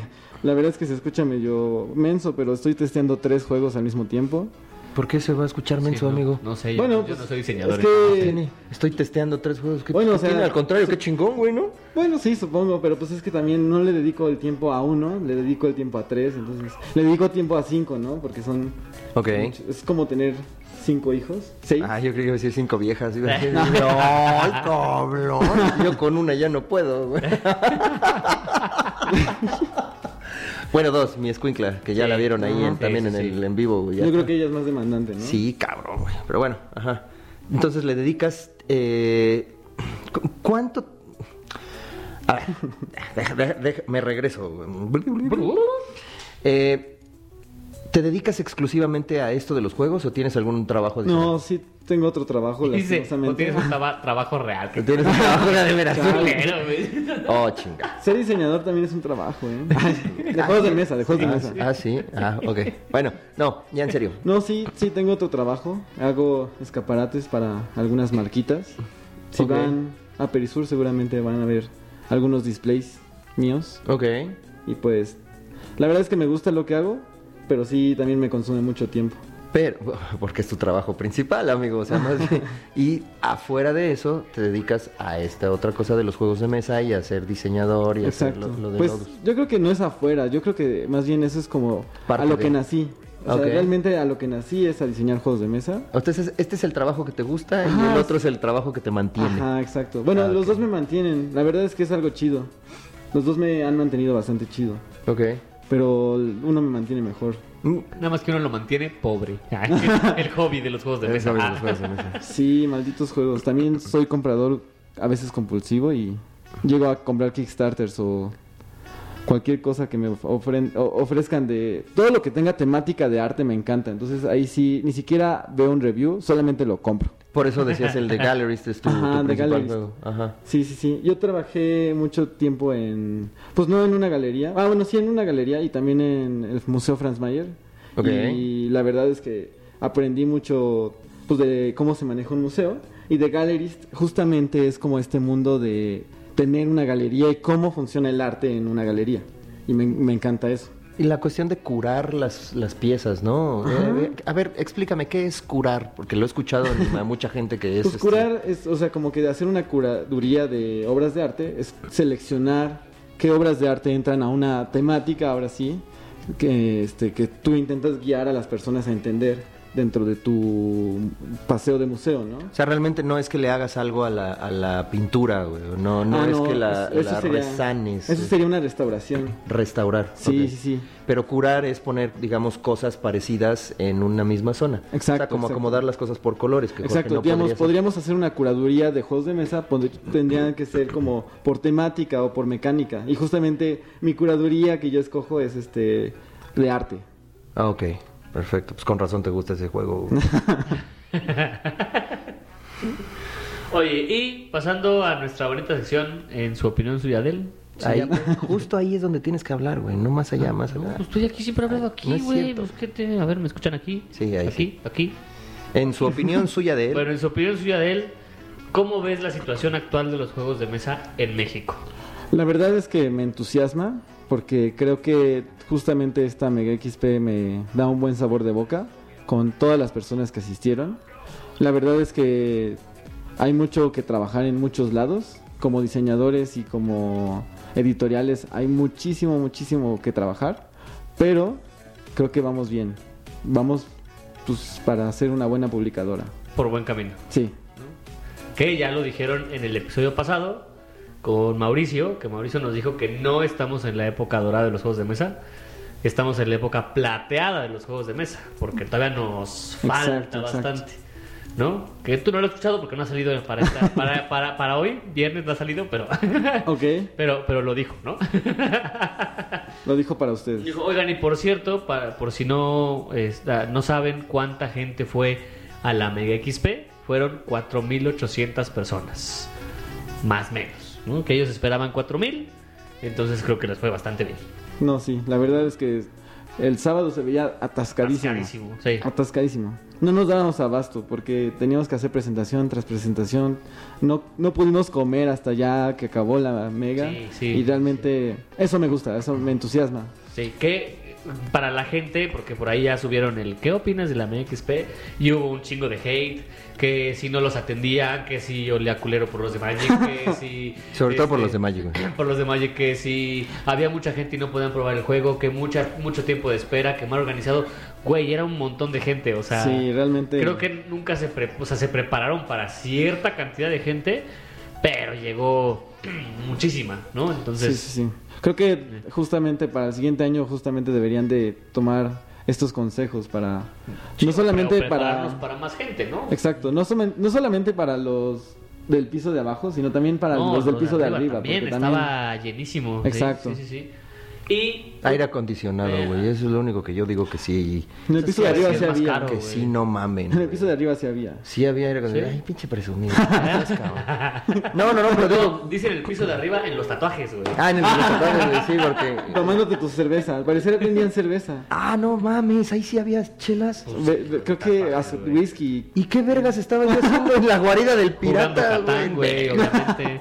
La verdad es que se escucha medio menso, pero estoy testeando tres juegos al mismo tiempo. ¿Por qué se va a escuchar Sí, menso, no, amigo? No sé, yo, Bueno, yo pues, no soy diseñador. es que- entonces. Tiene- Estoy testeando tres juegos. ¿Qué, Bueno, qué o sea, tiene? Al contrario, qué chingón, güey, ¿no? Bueno, sí, supongo, pero pues es que también no le dedico el tiempo a uno, le dedico el tiempo a tres, entonces le dedico tiempo a cinco, ¿no? Porque son... Ok. Es como tener cinco hijos, seis. Ah, yo creo que iba a decir cinco viejas. Iba a decir, no, ay, cabrón. Yo con una ya no puedo, güey. Bueno, dos, mi escuincla, que ya Sí. la vieron ahí en- Sí, también sí, en sí. el en vivo, güey. ya Yo creo está. que ¿Mm? ella es más demandante, ¿no? Sí, cabrón, güey. Pero bueno, ajá. Entonces le dedicas. eh, cu- ¿Cuánto.? A ver, deja- deja- deja- me regreso. Eh, ¿Te dedicas exclusivamente a esto de los juegos o tienes algún trabajo de No, sí, tengo otro trabajo, Dice, o lastimosamente. tienes un traba- trabajo real. Que ¿Tienes un trabajo de veras? Culero, güey. Oh, chinga. Ser diseñador también es un trabajo, ¿eh? De juegos de mesa, de juegos de Ah, mesa. sí. Ah, sí. Ah, ok. Bueno, no, ya en serio. No, sí, sí, tengo otro trabajo. Hago escaparates para algunas marquitas. Si Ok. van a Perisur, seguramente van a ver algunos displays míos. Ok. Y pues, la verdad es que me gusta lo que hago, pero sí también me consume mucho tiempo. Pero, porque es tu trabajo principal, amigo. O sea, más bien- Y afuera de eso, te dedicas a esta otra cosa de los juegos de mesa y a ser diseñador y a hacer Exacto. lo, lo de pues logos. yo creo que no es afuera, yo creo que más bien eso es como Parte a lo de- que nací. O Ok. sea, realmente a lo que nací es a diseñar juegos de mesa. Entonces, este es el trabajo que te gusta y Ajá, el otro es el trabajo que te mantiene. Ajá, exacto. Bueno, Ah, ok. los dos me mantienen. La verdad es que es algo chido. Los dos me han mantenido bastante chido. Ok. Pero uno me mantiene mejor. Mm, Nada más que uno lo mantiene pobre. Ah, El hobby de los juegos de es mesa. Ah. lo mismo, los juegos de mesa. Sí, malditos juegos. También soy comprador a veces compulsivo y llego a comprar Kickstarters o cualquier cosa que me of- ofren- o- ofrezcan de... Todo lo que tenga temática de arte me encanta. Entonces ahí sí, ni siquiera veo un review, solamente lo compro. Por eso decías el de Gallerist es tu, Ajá, tu de principal Gallerist. juego. Ajá. Sí, sí, sí. Yo trabajé mucho tiempo en... Pues no en una galería. Ah, bueno, sí, en una galería y también en el Museo Franz Mayer. Ok. Y la verdad es que aprendí mucho pues, de cómo se maneja un museo. Y de Gallerist justamente es como este mundo de tener una galería y cómo funciona el arte en una galería. Y me, me encanta eso. Y la cuestión de curar las, las piezas, ¿no? Eh, a ver- a ver, explícame, ¿qué es curar? Porque lo he escuchado en- a mucha gente que es... Pues este, curar es, o sea, como que hacer una curaduría de obras de arte es seleccionar qué obras de arte entran a una temática, ahora sí, que, este, que tú intentas guiar a las personas a entender dentro de tu paseo de museo, ¿no? O sea, realmente no es que le hagas algo a la, a la pintura, güey. No, no Ah, es que la, es- eso la sería- resanes. Eso es sería una restauración. Restaurar. Sí, ok. sí, sí. Pero curar es poner, digamos, cosas parecidas en una misma zona. O sea, Exacto, como exacto. acomodar las cosas por colores. Que Jorge Exacto, no digamos, podría hacer. podríamos hacer una curaduría de juegos de mesa, pondr- tendrían que ser como por temática o por mecánica. Y justamente mi curaduría que yo escojo es este de arte. Ah, ok. Perfecto. Pues con razón te gusta ese juego. güey. Oye, y pasando a nuestra bonita sección, en su opinión suya de él. ahí, pues. justo ahí es donde tienes que hablar, güey. No más allá, más allá. Pues estoy aquí, siempre he hablado No aquí, es güey. cierto. pues, ¿qué te- A ver, ¿me escuchan aquí? Sí, ahí Aquí, aquí. En su opinión suya de él. Bueno, en su opinión suya de él, ¿cómo ves la situación actual de los juegos de mesa en México? La verdad es que me entusiasma porque creo que justamente esta Mega XP me da un buen sabor de boca con todas las personas que asistieron. La verdad es que hay mucho que trabajar en muchos lados. Como diseñadores y como editoriales hay muchísimo, muchísimo que trabajar. Pero creo que vamos bien. Vamos pues, para ser una buena publicadora. Por buen camino. Sí. Que ya lo dijeron en el episodio pasado con Mauricio, que Mauricio nos dijo que no estamos en la época dorada de los juegos de mesa. Estamos en la época plateada de los juegos de mesa, porque todavía nos falta Exacto, exacto. bastante. ¿No? Que tú no lo has escuchado porque no ha salido para, esta- para, para, para hoy, viernes no ha salido, pero, Ok, pero, pero lo dijo, ¿no? lo dijo para ustedes. Dijo, oigan, y por cierto, para, por si no, está- no saben cuánta gente fue a la Mega XP, fueron 4.800 personas, más menos, ¿no? Que ellos esperaban 4.000, entonces creo que les fue bastante bien. No, sí, la verdad es que el sábado se veía atascadísimo. Atascadísimo, sí. Atascadísimo. No nos dábamos abasto porque teníamos que hacer presentación tras presentación. No, no pudimos comer hasta ya que acabó la mega. Sí, sí. y realmente eso me gusta, eso me entusiasma. Sí, que para la gente, porque por ahí ya subieron el ¿qué opinas de la MXP? Y hubo un chingo de hate, que si no los atendían, que si olía culero por los de Magic, que si... Sobre todo por este, los de Magic, güey. Por los de Magic, que si había mucha gente y no podían probar el juego, que mucha, mucho tiempo de espera, que mal organizado. Güey, era un montón de gente, o sea... sí, realmente. Creo que nunca se, pre- o sea, se prepararon para cierta cantidad de gente, pero llegó muchísima, ¿no? Sí, Entonces... sí, sí. Creo que justamente para el siguiente año, justamente deberían de tomar estos consejos para. sí, no solamente pero prepararnos para. para más gente, ¿no? Exacto, no, somen- no solamente para los del piso de abajo, sino también para No, los del piso de arriba. también porque estaba llenísimo. sí, Exacto. Sí, sí, sí. Y Aire acondicionado, Eh. güey. Eso es lo único que yo digo que sí. En el piso de Sí, arriba sí, sí es más había. caro. Que güey. sí, no mamen. En el güey. piso de arriba sí había. Sí había aire acondicionado. ¿Sí? Ay, pinche presumido. Cabrón. no, no, no, pero digo. no, dicen el piso de arriba en los tatuajes, güey. Ah, en el restaurante, güey, sí, porque. Tomándote tu cerveza. Al parecer vendían cerveza. Ah, no mames, ahí sí había chelas. Ve- ve- creo que hace whisky. ¿Y qué vergas estaba yo haciendo en la guarida del Jugando pirata, Catán, güey, obviamente.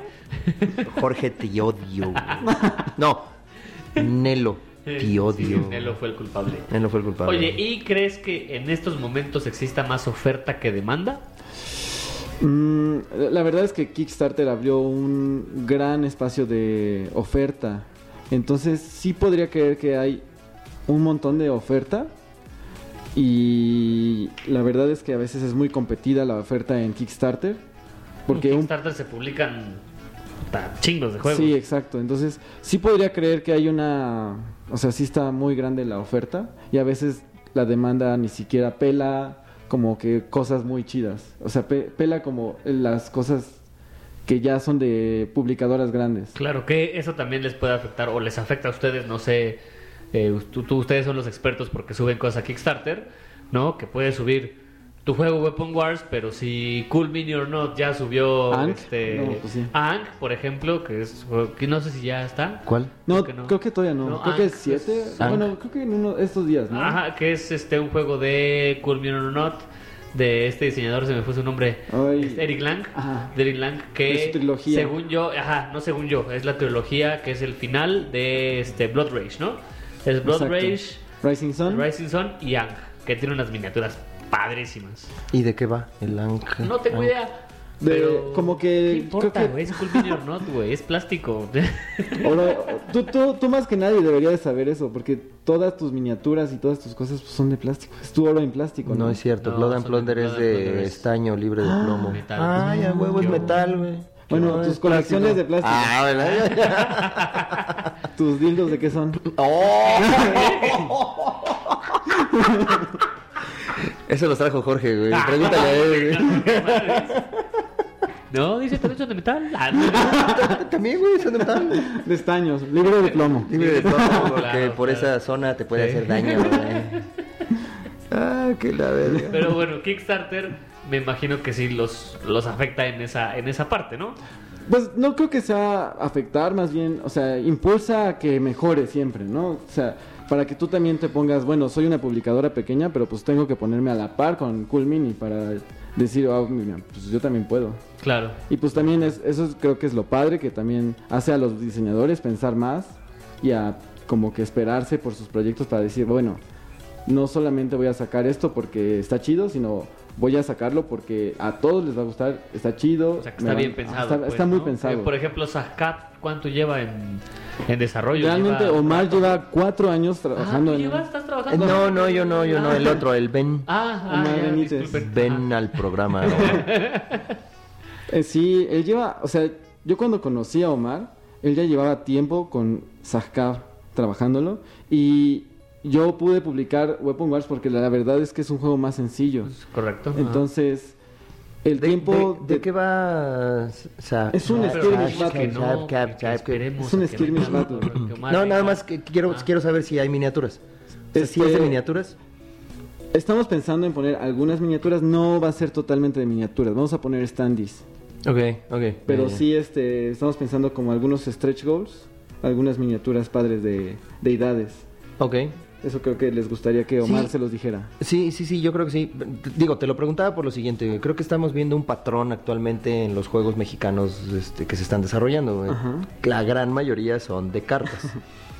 Jorge, te odio. güey. No, Nelo, te odio. Sí, Nelo fue el culpable. Nelo fue el culpable. Oye, ¿y crees que en estos momentos exista más oferta que demanda? Mm, la verdad es que Kickstarter abrió un gran espacio de oferta. Entonces sí podría creer que hay un montón de oferta. Y la verdad es que a veces es muy competida la oferta en Kickstarter. Porque en un Kickstarter se publican puta, chingos de juegos. Sí, exacto. Entonces, sí podría creer que hay una. O sea, sí está muy grande la oferta y a veces la demanda ni siquiera pela como que cosas muy chidas. O sea, pe- pela como las cosas que ya son de publicadoras grandes. Claro, que eso también les puede afectar o les afecta a ustedes, no sé, eh, tú- tú- ustedes son los expertos porque suben cosas a Kickstarter, ¿no? Que puedes subir tu juego Weapon Wars, pero si Cool Mini or Not ya subió Ankh, este no, pues sí. Ankh, por ejemplo, que es que no sé si ya está. ¿Cuál? No, Creo creo que que, no. todavía no. No, creo ah, que es siete. es- Bueno, creo que en uno de estos días, ¿no? Ajá, que es este un juego de Cool Mini or Not de este diseñador se me fue su nombre, Ay. es Eric Lang, Ajá. de Eric Lang que Es su trilogía. según yo, ajá, no según yo, es la trilogía que es el final de este Blood Rage, ¿no? Es Blood Exacto. Rage, Rising Sun. Rising Sun y Ang, que tiene unas miniaturas padrísimas. ¿Y de qué va el ángel? No tengo idea. Ah, De- pero como que- ¿Qué importa, creo que- güey? Es Cool Mini or Not, güey. Es plástico. Ahora, tú, tú, tú más que nadie deberías de saber eso porque todas tus miniaturas y todas tus cosas pues, son de plástico. Es tu oro en plástico. No es cierto, No, Blood and son- Plunder Blood es and Plunder de es- estaño libre de plomo. metal. Ah, Ay, a huevo es Yo- metal, güey. Bueno, No, tus es colecciones de plástico. Ah, ¿verdad? ¿Tus dildos de qué son? ¡Oh! Eso los trajo Jorge, güey. Pregúntale a él, güey. no, dice hecho de metal. Ah, no. También, güey, son de metal. De estaños, libre de plomo. Libre de todo, porque Claro, por claro. esa zona te puede Sí. hacer daño, güey. Ah, que la verga. Pero bueno, Kickstarter me imagino que sí los, los afecta en esa, en esa parte, ¿no? Pues no creo que sea afectar, más bien, o sea, impulsa a que mejore siempre, ¿no? O sea, para que tú también te pongas, bueno, soy una publicadora pequeña, pero pues tengo que ponerme a la par con Cool Mini para decir, ah, mira, pues yo también puedo. Claro. Y pues también es, eso es- creo que es lo padre, que también hace a los diseñadores pensar más y a como que esperarse por sus proyectos para decir, bueno, no solamente voy a sacar esto porque está chido, sino voy a sacarlo porque a todos les va a gustar, está chido. O sea, que me está van- bien pensado. Está, pues, está muy ¿no? pensado. Eh, Por ejemplo, Zascat, ¿cuánto lleva en, en desarrollo? Realmente Lleva- Omar lleva cuatro años Ah, ¿tú trabajando en... llevas? ¿Estás Eh, trabajando? No, no, yo no, yo no. Ah. El otro, el Ben. Ah, ah, Omar ya, Benítez. disculpen. Ven al programa. güey. Eh, sí, él lleva, o sea, yo cuando conocí a Omar, él ya llevaba tiempo con Zahkar trabajándolo y yo pude publicar Weapon Wars porque la, la verdad es que es un juego más sencillo. Ajá. Correcto. ajá. Entonces, el ¿De, tiempo de- de qué va? Sa- Es un Sa- Pero skirmish dijimos Sa- que no, Sa- Sa- que- Sa- que esperemos Es un a que skirmish venga battle. lo que Omar No, nada diga. más que quiero, Ah. quiero saber si hay miniaturas. O sea, ¿sí es de Este- miniaturas? Estamos pensando en poner algunas miniaturas, no va a ser totalmente de miniaturas, vamos a poner standees. Ok, ok. Pero Ya, ya. sí, este, estamos pensando como algunos stretch goals, algunas miniaturas padres de deidades. Ok. Eso creo que les gustaría que Omar Sí. se los dijera. Sí, sí, sí, yo creo que sí. T- Digo, te lo preguntaba por lo siguiente. Creo que estamos viendo un patrón actualmente en los juegos mexicanos este, que se están desarrollando. Ajá. La gran mayoría son de cartas.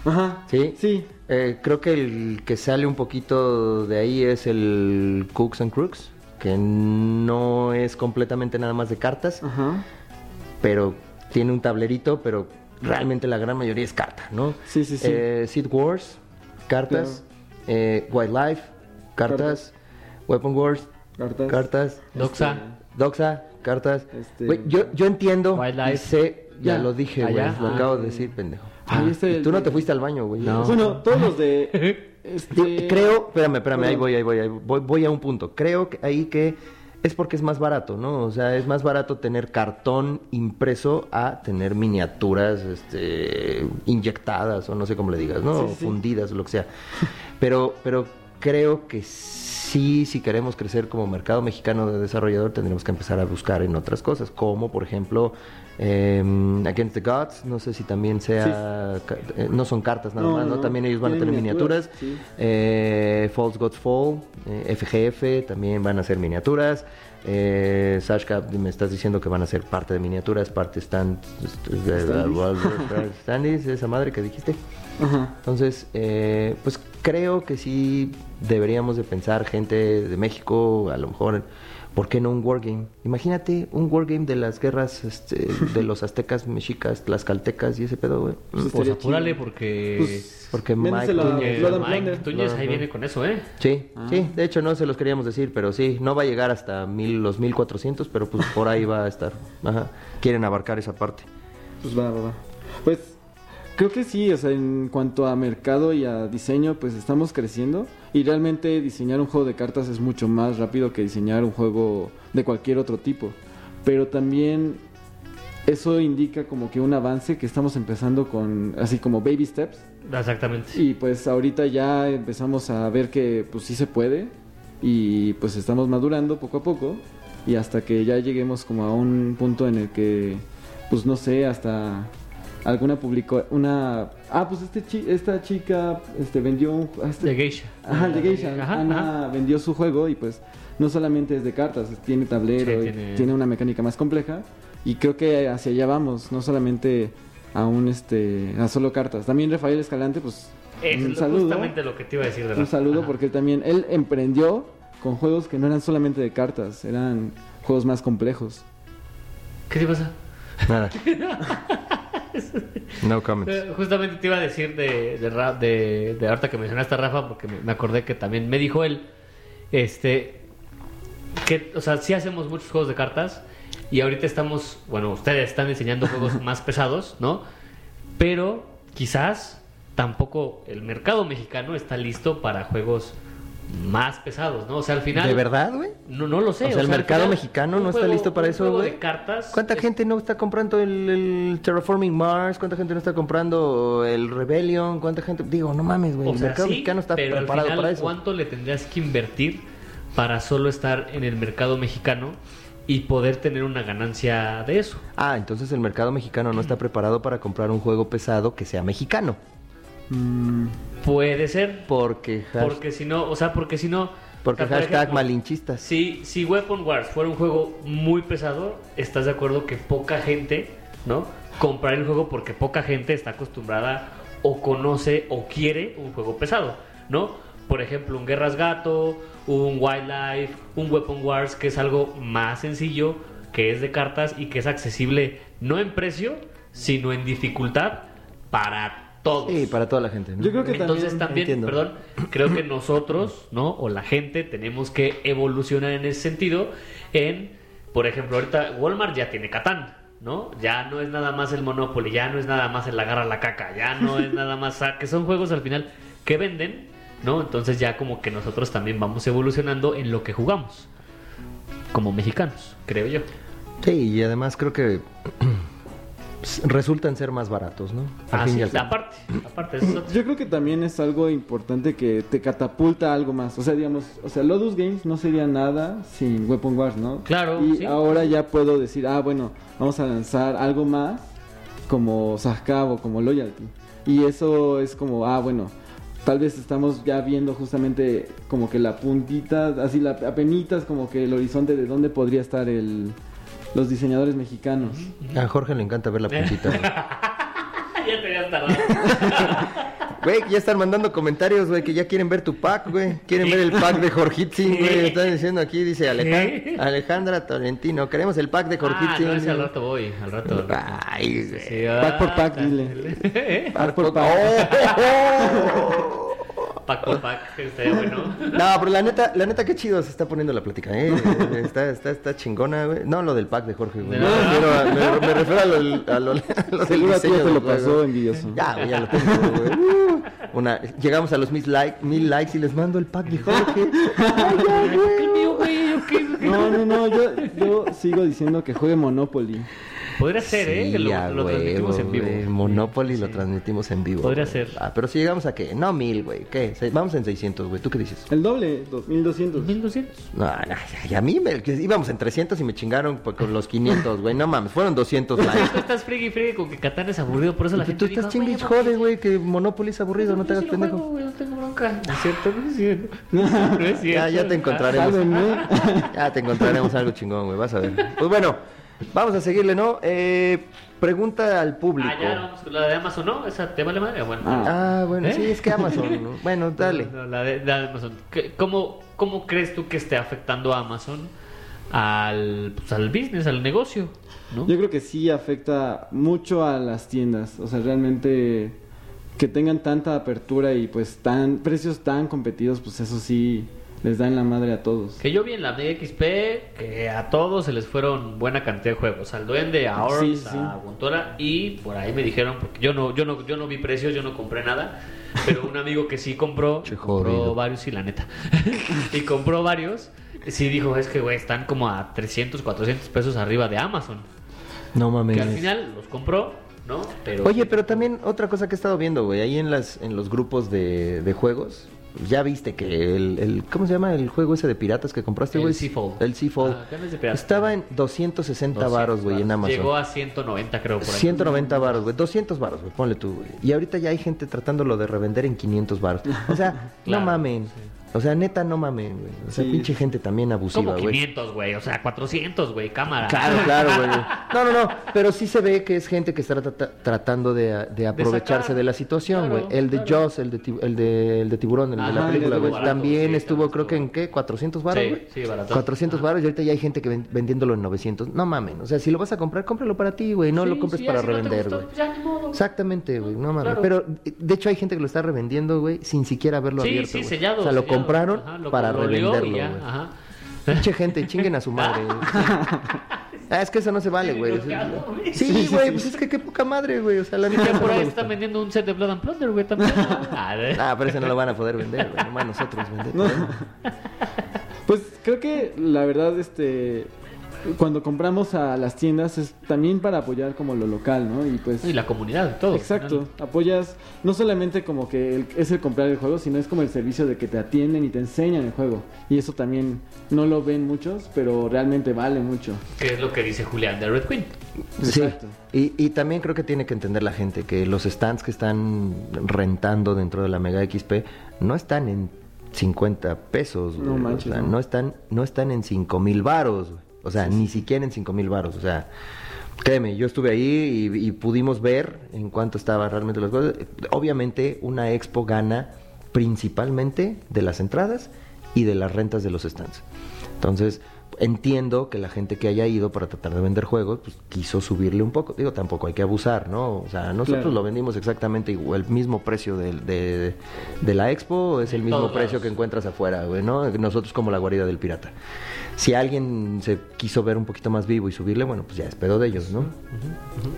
Ajá. ¿Sí? Sí. Eh, creo que el que sale un poquito de ahí es el Cooks and Crooks, que no es completamente nada más de cartas, Ajá. pero tiene un tablerito, pero realmente la gran mayoría es carta, ¿no? Sí, sí, sí. Eh, Seed Wars, cartas. Eh, Wildlife, cartas. Cartas. Weapon Wars, Cartas. cartas. Este, Doxa. Doxa, cartas. Este- Güey, yo, yo entiendo y Wildlife. sé, ya Ya. lo dije, güey, Allá. lo Ah. acabo de decir, pendejo. Ah, Ahí está Y el- tú no te fuiste al baño, güey. No. Bueno, todos los de. este, Creo, espérame, espérame, ahí Perdón. voy, ahí voy, ahí voy, voy a un punto. Creo que ahí que es porque es más barato, ¿no? O sea, es más barato tener cartón impreso a tener miniaturas este, inyectadas o no sé cómo le digas, ¿no? Sí, O sí. Fundidas o lo que sea. Pero, pero creo que sí, si queremos crecer como mercado mexicano de desarrollador, tendremos que empezar a buscar en otras cosas, como por ejemplo em, Against the Gods, no sé si también sea, ca- eh, no son cartas nada No, más, no, ¿no? no. También ellos van a Tienen tener miniaturas. miniaturas, sí. Eh, False Gods Fall, eh, FGF, también van a ser miniaturas. Eh, Sashka, me estás diciendo que van a ser parte de miniaturas, parte stand, est- de- de- standees, esa madre que dijiste. Ajá. Entonces, eh, pues creo que sí deberíamos de pensar gente de México, a lo mejor, ¿por qué no un wargame? Imagínate un wargame de las guerras este, de los aztecas, mexicas, tlaxcaltecas y ese pedo, güey. Pues Pues Estaría apúrale chido. porque. Pues, Porque véndeselo Mike a eh, Tuñez- Blood and Mike Plunder. Tuñez ahí Lo- viene con eso, ¿eh? Sí, sí, de hecho no se los queríamos decir, pero sí, no va a llegar hasta mil, los 1400, pero pues por ahí va a estar. Ajá. Quieren abarcar esa parte. Pues va, va, va. Pues creo que sí, o sea, en cuanto a mercado y a diseño, pues estamos creciendo. Y realmente diseñar un juego de cartas es mucho más rápido que diseñar un juego de cualquier otro tipo. Pero también eso indica como que un avance que estamos empezando con así como baby steps. Exactamente. Y pues ahorita ya empezamos a ver que pues sí se puede y pues estamos madurando poco a poco y hasta que ya lleguemos como a un punto en el que pues no sé, hasta alguna publicó una ah pues este chi- esta chica este vendió un ah, este- De Geisha. Ajá, el de Geisha. Ajá, Ana ajá. vendió su juego y pues no solamente es de cartas, tiene tablero, Sí, y tiene- tiene... una mecánica más compleja y creo que hacia allá vamos, no solamente a un este a solo cartas. También Rafael Escalante, pues Es un lo- saludo, justamente lo que te iba a decir de un Rafa. saludo Ajá. porque él también él emprendió con juegos que no eran solamente de cartas, eran juegos más complejos. ¿Qué te pasa? Nada. No comments. Eh, Justamente te iba a decir de, de, Ra- de, de ahorita que mencionaste a Rafa, porque me me acordé que también me dijo él, este, que, o sea, sí hacemos muchos juegos de cartas y ahorita estamos, bueno, ustedes están enseñando juegos más pesados, ¿no? Pero quizás tampoco el mercado mexicano está listo para juegos más pesados, ¿no? O sea, al final... ¿De verdad, güey? No, no lo sé. O sea, el al mercado mexicano un no está listo para un eso, juego güey. de cartas. ¿Cuánta gente no está comprando el, el Terraforming Mars? ¿Cuánta gente no está comprando el Rebellion? ¿Cuánta gente? Digo, no mames, güey. O El sea, mercado sí, mexicano está pero al preparado final, para eso. ¿Cuánto le tendrías que invertir para solo estar en el mercado mexicano y poder tener una ganancia de eso? Ah, entonces el mercado mexicano no está preparado para comprar un juego pesado que sea mexicano. Mm, Puede ser. Porque, has- Porque si no, o sea, porque si no. porque o sea, por hashtag ejemplo, malinchistas. Si, si Weapon Wars fuera un juego muy pesado, ¿estás de acuerdo que poca gente, ¿no? Comprar el juego porque poca gente está acostumbrada o conoce o quiere un juego pesado, ¿no? Por ejemplo, un Guerras Gato, un Wildlife, un Weapon Wars, que es algo más sencillo, que es de cartas y que es accesible no en precio, sino en dificultad para todos. Sí, para toda la gente. ¿no? Yo creo que Entonces también, Entiendo. perdón, creo que nosotros, ¿no? O la gente tenemos que evolucionar en ese sentido en, por ejemplo, ahorita Walmart ya tiene Catán, ¿no? Ya no es nada más el Monopoly, ya no es nada más el agarra la caca, ya no es nada más ah, que son juegos al final que venden, ¿no? Entonces ya como que nosotros también vamos evolucionando en lo que jugamos. como mexicanos, creo yo. Sí, y además creo que resultan ser más baratos, ¿no? Al Ah, fin y sí, al cabo. aparte, aparte, eso es otro. Yo creo que también es algo importante que te catapulta a algo más. O sea, digamos, o sea, Lodus Games no sería nada sin Weapon Wars, ¿no? Claro, Y sí. ahora ya puedo decir, ah, bueno, vamos a lanzar algo más como Sahkab o como Loyalty. Y eso es como, ah, bueno, tal vez estamos ya viendo justamente como que la puntita, así la apenitas como que el horizonte de dónde podría estar el los diseñadores mexicanos. A Jorge le encanta ver la puntita. güey. ya te habías tardado. Güey, que ya están mandando comentarios, güey, que ya quieren ver tu pack, güey. Quieren ver el pack de Jorgitzin, güey. Están diciendo aquí, dice ¿Qué? Alejandra, Alejandra Tolentino. Queremos el pack de Ah, no, Jorgitzin. ese al rato voy, al rato. Ah. al rato. Ay, güey. Sí, ah, Pack por pack, ándale. ¿Eh? dile. Pack por por pack. pack. ¡Oh! Pack por pack, estaría bueno. No, pero la neta, la neta, qué chido se está poniendo la plática, ¿eh? Está, está, está chingona, güey. No, lo del pack de Jorge, güey. No. Me refiero a, me, me refiero a lo, a lo- a lo del Seguro a ti diseño ya te del lo juego. pasó envidioso. Ya, güey, ya lo tengo, güey. Uh, Una, llegamos a los mil, like, mil likes y les mando el pack de Jorge. Ay, ay, Ay, ¿por qué el mío, güey? ¿O qué? ¿O qué? No, no, no, yo, yo sigo diciendo que juegue Monopoly. Podría ser, ¿eh? Que Sí, Lo, a lo huevo, transmitimos en vivo. güey. Monopoly lo transmitimos en vivo. Podría güey. ser. Ah, pero si llegamos a qué? No, mil, güey. ¿Qué? Se- Vamos en 600, güey. ¿Tú qué dices? El doble, 2200. 1200. No, no, y a mí me, que íbamos en 300 y me chingaron por- con los 500, güey. No mames, fueron 200 likes. Tú estás friggy friggy con que Catán es aburrido, por eso la Pero gente tú dijo, estás "Güey, chingue y ya jode, güey, que Monopoly es aburrido, no te Pues Yo sí hagas lo pendejo. juego, güey, no tengo bronca. No es cierto, no es cierto. No es Ya, cierto. Ah, ya te encontraremos. Sálvenme. Ya te encontraremos algo chingón, güey, vas a ver. Pues bueno, vamos a seguirle, ¿no? Eh, pregunta al público. Ah, ya, vamos con la de Amazon, ¿no? Esa te vale madre. Bueno, Ah. Ah, bueno, ¿Eh? sí, es que Amazon. ¿no? Bueno, dale. No, no, la de, la de Amazon. ¿Qué- ¿Cómo, ¿Cómo crees tú que esté afectando a Amazon al, pues, al business, al negocio? ¿no? Yo creo que sí afecta mucho a las tiendas. O sea, realmente que tengan tanta apertura y pues tan precios tan competidos, pues eso sí les da en la madre a todos. Que yo vi en la MXP que a todos se les fueron buena cantidad de juegos. Al Duende, a Orbs, Sí, sí. a Guntora y por ahí me dijeron, porque yo no, yo no, yo no vi precios, yo no compré nada. Pero un amigo que sí compró, Che, compró jodido. varios y la neta. y compró varios, sí dijo, es que güey, están como a 300, 400 pesos arriba de Amazon. No mames. Que al final los compró, ¿no? Pero Oye, pero también otra cosa que he estado viendo, güey, ahí en las en los grupos de, de juegos, ya viste que el, el- ¿cómo se llama el juego ese de piratas que compraste, El güey? Seafold. El Seafold. Ah, ¿qué no es de piratas? Estaba en 260 varos, güey, en Amazon. Llegó a 190 creo por ahí. 190 varos, güey, 200 varos, güey, ponle tú, güey. Y ahorita ya hay gente tratándolo de revender en 500 varos. O sea, no Claro, mamen. O sea, neta, no mamen, güey. O sea, Sí. pinche gente también abusiva, Como güey. 500, güey, o sea, 400, güey, cámara. Claro, claro, güey. No, no, no. Pero sí se ve que es gente que está trata- tratando de, de aprovecharse de, la situación, claro, güey. el de claro. Jaws, el de, ti- el de, el de Tiburón, el de Ajá, la película, estuvo güey. barato, También sí, estuvo, también creo que estuvo en qué, 400 varos, Sí, güey. sí, barato. 400 varos y ahorita ya hay gente que ven- vendiéndolo en 900. No mamen. O sea, si lo vas a comprar, cómpralo para ti, güey. No lo compres para revender, güey. Exactamente, güey, no mames. Claro. Pero eh, de hecho hay gente que lo está revendiendo, güey, sin siquiera haberlo sí, abierto. sí, güey. sellado. O sea, lo sellado. compraron Ajá, lo- para lo olió y revenderlo, ya, güey. ajá. Pinche gente, chinguen a su madre. güey. ah, es que eso no se vale, Sí, güey. lo que hago, güey. Sí, güey, pues es que qué poca madre, güey. O sea, la neta Ya no por me ahí gusta. están vendiendo un set de Blood and Plunder, güey, también. Ah, de- Ah, pero ese no lo van a poder vender, güey. Nomás nosotros vender. Pues creo que la verdad este cuando compramos a las tiendas es también para apoyar como lo local, ¿no? Y pues Y la comunidad, todo. Exacto, apoyas no solamente como que el- es el comprar el juego, sino es como el servicio de que te atienden y te enseñan el juego. Y eso también no lo ven muchos, pero realmente vale mucho. Que es lo que dice Julián de Red Queen. Sí. Exacto. Y, y también creo que tiene que entender la gente que los stands que están rentando dentro de la Mega XP no están en 50 pesos, güey. No manches, o sea, no. no. están, no están en 5 mil varos, güey. o sea, ni siquiera en 5 mil varos, o sea... Créeme, yo estuve ahí y, y pudimos ver en cuánto estaban realmente las cosas. Obviamente, una expo gana principalmente de las entradas y de las rentas de los stands. Entonces, entiendo que la gente que haya ido para tratar de vender juegos, pues quiso subirle un poco. Digo, tampoco hay que abusar, ¿no? O sea, nosotros Claro. lo vendimos exactamente igual, el mismo precio del- de, de la expo, es el mismo todos precio lados. que encuentras afuera, güey, ¿no? Nosotros como la guarida del pirata. Si alguien se quiso ver un poquito más vivo y subirle, bueno, pues ya es pedo de ellos, ¿no?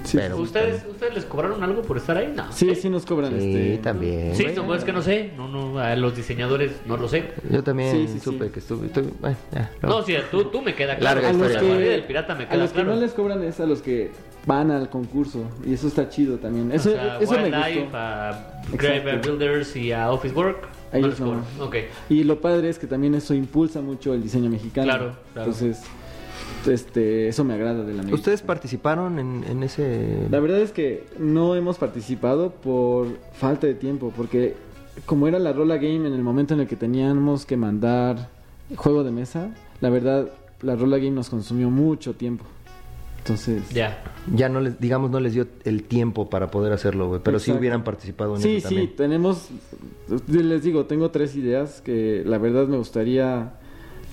Sí, Pero- ¿Ustedes, ¿Ustedes les cobraron algo por estar ahí? No. sí, sí nos cobran Sí, este. también. Sí, no, es que no sé. No, no, a los diseñadores no lo sé. Yo también Sí, sí, supe sí. que estuve. estuve- bueno, ya, luego. No, sí, tú, tú me queda claro. Larga A los, historia. La Maravilla que, del pirata me a queda los que claro. no les cobran es a los que van al concurso y eso está chido también. Eso, o sea, eso me Wildlife, gustó. a Grave Exacto. Builders y a Office Work. Ahí no les no. cobran. Ok. Y lo padre es que también eso impulsa mucho el diseño mexicano. Claro, claro. Entonces, este, eso me agrada de la América. ¿Ustedes participaron en, en ese...? La verdad es que no hemos participado por falta de tiempo, porque como era la Rola Game en el momento en el que teníamos que mandar juego de mesa, la verdad la Rola Game nos consumió mucho tiempo. Entonces, Ya. Ya no les, digamos, no les dio el tiempo para poder hacerlo, güey. Pero sí Exacto. hubieran participado en sí, eso sí, también. tenemos, les digo, tengo tres ideas que la verdad me gustaría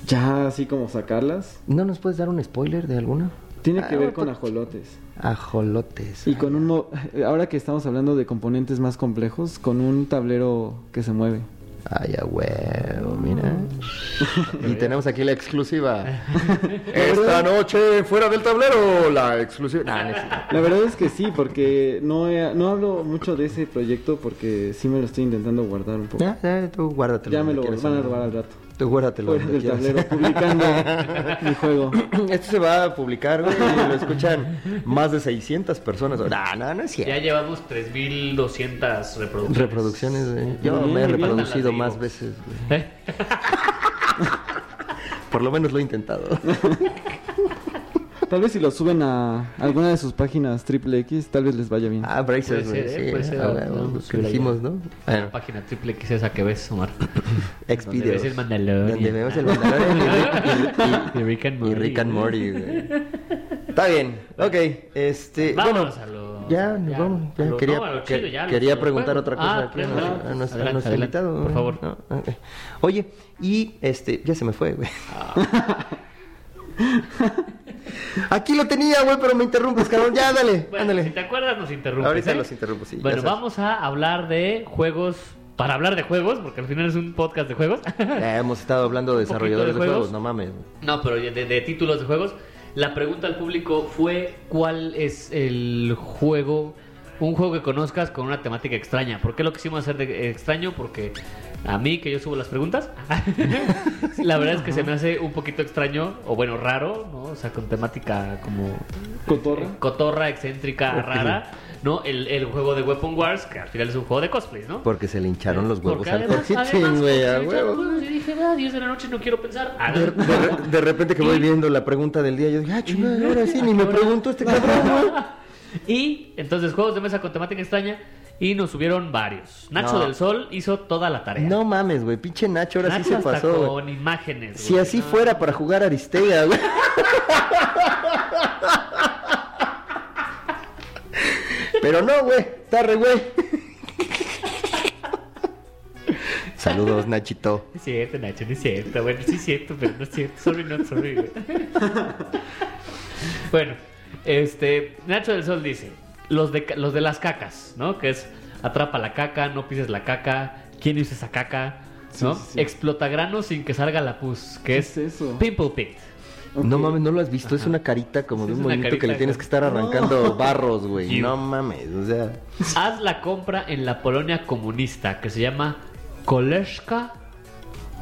ya así como sacarlas. ¿No nos puedes dar un spoiler de alguna? Tiene que Ah, ver con por- ajolotes. Ajolotes. Y con un... mo- Ahora que estamos hablando de componentes más complejos, con un tablero que se mueve. Ay, a huevo, mira. y tenemos aquí la exclusiva. Esta noche, fuera del tablero, la exclusiva. Nah, no es cierto. La verdad es que sí, porque no, he- no hablo mucho de ese proyecto porque sí me lo estoy intentando guardar un poco. ya, ya, tú guárdatelo. Ya me donde lo quieras, van a Ah, ¿no? robar al rato. Tú guárdatelo. Fuera donde del tablero, quieras. publicando mi juego. Esto se va a publicar, güey. y Lo escuchan más de 600 personas. Nah, no, no es cierto. Ya llevamos 3.200 reproducciones. Reproducciones, güey. Yo Muy me he bien. reproducido Las más digo. veces, güey. ¿Eh? Por lo menos lo he intentado. Tal vez si lo suben a alguna de sus páginas triple X, tal vez les vaya bien. Ah, Braces, Puede güey. ser, Sí, ¿eh? Puede ser, ah, bueno, vamos a pues, escribirla dijimos, ¿no? La Bueno, página triple X esa que ves, Omar. Donde Xvideos. ves el Mandalorian. Donde vemos el Mandalorian y- y- Y Rick and y, Morty. Rick and Morty, güey. Está bien, ok. Este, Vámonos bueno, a lo- Ya, nos ya, vamos. ya a lo- quería no, a lo que- chido, ya, a lo- quería a lo preguntar juego. otra cosa Ah, aquí a, claro. a nuestro, a Adelante, nuestro adelante, invitado. por güey. favor. No, Ah, ok. Oye, y este, ya se me fue, güey. Ah. Aquí lo tenía, güey, pero me interrumpes, cabrón. Ya, dale, Bueno, ándale. si te acuerdas, nos interrumpes. Ahorita ¿eh? los interrumpo, sí. ya Bueno, sabes. vamos a hablar de juegos. Para hablar de juegos, porque al final es un podcast de juegos. Ya hemos estado hablando de Un poquito desarrolladores de de juegos, juegos. no mames. no, pero de, de títulos de juegos. La pregunta al público fue: ¿Cuál es el juego? Un juego que conozcas con una temática extraña. ¿Por qué lo quisimos hacer de extraño? Porque a mí, que yo subo las preguntas, la verdad es que se me hace un poquito extraño, o bueno, raro, ¿no? O sea, con temática como Cotorra. eh, cotorra, excéntrica, rara, ¿no? El, el juego de Weapon Wars, que al final es un juego de cosplays, ¿no? Porque se le hincharon los huevos Porque al además, Coxitin, además, güey, porque a me echaron huevos. huevos, y dije, ah, 10 de la noche, no quiero pensar. A De, ver. de re- de repente que voy viendo la pregunta del día, yo dije, ah, chingada, ahora sí, ni me pregunto este cabrón, güey. Y entonces, juegos de mesa con temática extraña, y nos subieron varios. Nacho No. del Sol hizo toda la tarea. No mames, güey, pinche Nacho, ahora Nacho sí se hasta pasó. güey. con imágenes. Si güey. así fuera para jugar Aristea, güey. Pero no, güey, está re güey. Saludos, Nachito. No es cierto, Nacho, no es cierto. Bueno, sí es cierto, pero no es cierto. Sorry, not sorry. güey. bueno, este, Nacho del Sol dice, los de, ca- los de las cacas, ¿no? Que es atrapa la caca, no pises la caca, quién usa esa caca, Sí, ¿no? sí, sí. Explota granos sin que salga la pus, que ¿Qué es, es eso? Pimple Pit. Ok. No mames, no lo has visto. Es una carita como de Es un una monito que carita, le tienes que estar no. arrancando barros, güey. You. No mames, o sea. Haz la compra en la Polonia comunista, que se llama Koleszka,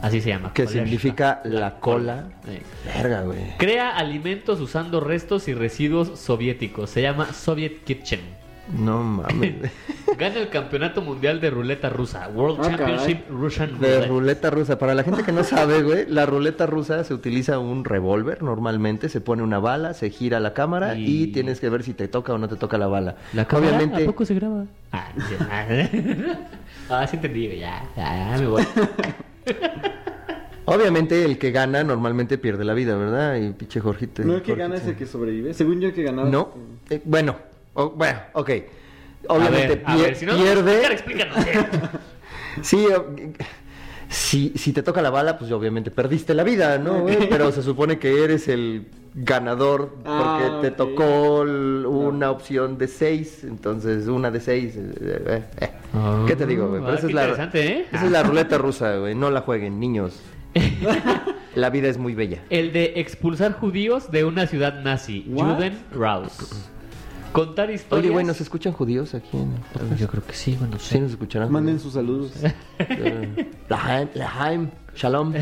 así se llama. Que Koleszka. significa la cola. Sí. Verga, güey. Crea alimentos usando restos y residuos soviéticos. Se llama Soviet Kitchen. No mames. güey. Gana el campeonato mundial de ruleta rusa. World Ah, Championship Russian De Roulette. ruleta rusa. Para la gente que no sabe, güey, la ruleta rusa se utiliza un revólver normalmente, se pone una bala, se gira la cámara y, Y- tienes que ver si te toca o no te toca la bala. ¿La cámara? Obviamente, ¿A poco se graba? Ah, sí, ah, ah, sí entendí. Ya, ya, ya me voy. obviamente el que gana normalmente pierde la vida, ¿verdad? Y pinche Jorgito. No el que Jorgito. gana es el que sobrevive. Según yo el que ganaba. No. Eh, bueno, o- bueno, ok. Obviamente a ver, a pier- ver, si no, pierde. Cara, explícanos. eh. Sí, o- si, si te toca la bala, pues obviamente perdiste la vida, ¿no? güey? Pero se supone que eres el ganador porque Ah, te ok. tocó l- una opción de seis, entonces una de seis. eh, eh, eh. Ah, ¿Qué te digo, güey? Pero ah, esa qué es la, interesante, ¿eh? esa es la ruleta rusa, güey. No la jueguen, niños. La vida es muy bella. El de expulsar judíos de una ciudad nazi, What? Juden Raus. Contar historias. Oye, güey, ¿nos escuchan judíos aquí en el podcast? Yo creo que sí, bueno, Sí, nos escucharán. Manden sus saludos. Eh, Lahaim, Lahaim, Shalom.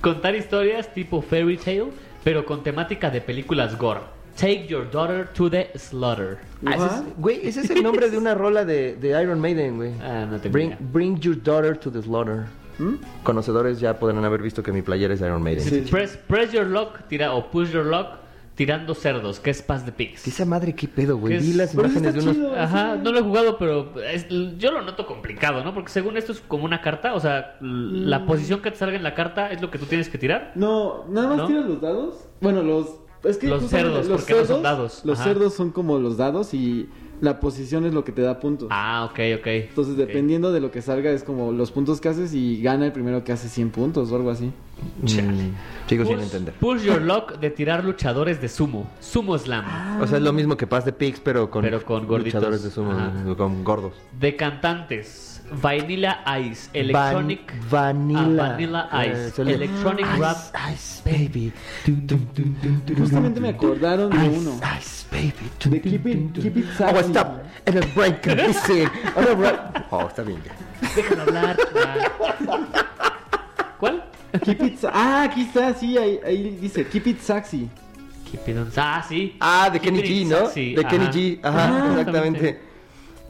Contar historias tipo fairy tale, pero con temática de películas gore. Take your daughter to the slaughter. Ah, ese es- Güey, ese es el nombre de una rola de, de Iron Maiden, güey. Ah, no te Bring, creas. bring your daughter to the slaughter. ¿Mm? Conocedores ya podrán haber visto que mi playera es Iron Maiden. Sí. Press, press your luck, tira, o push your luck, tirando cerdos, que es Paz de Pigs. ¿Qué esa madre qué pedo, ¿Qué güey? es? Vi Pues las Pero eso imágenes de está unos. chido. Ajá, no lo he jugado, pero es- yo lo noto complicado, ¿no? Porque según esto es como una carta, o sea, l- Mm. la posición que te salga en la carta es lo que tú tienes que tirar. No, nada más ¿No? tiras los dados. Bueno, los. Es que Los justamente cerdos, porque no son dados. Los Ajá. cerdos son como los dados y la posición es lo que te da puntos. Ah, ok, ok. Entonces, Ok. dependiendo de lo que salga, es como los puntos que haces y gana el primero que hace 100 puntos o algo así. Mm, sigo sin Push- entender. Push your luck de tirar luchadores de sumo. Sumo slam. O sea, es lo mismo que Paz de Pigs, pero con, Pero con gorditos. luchadores de sumo, Ajá. con gordos. De cantantes. Vanilla Ice. Electronic. Van- vanilla. Ah, Vanilla Ice. Eh, suele- Electronic Ice, Rap. Ice, baby. Dun, dun, dun, dun, dun, Justamente dun, me dun. acordaron de Ice, uno. Ice, baby. Dun, De dun, Keep It- dun, dun. Keep It Oh, Sassy. stop. And a break. Listen. And a break. Oh, está bien ya. Déjalo hablar. Ah. ¿Cuál? Keep it sa- ah, aquí está, sí, ahí, ahí dice Keep it sexy. Keep it on- Ah, sí. Ah, de Kenny Keep G, it ¿no? sexy. De Kenny Ajá. G, ajá, Ah, exactamente.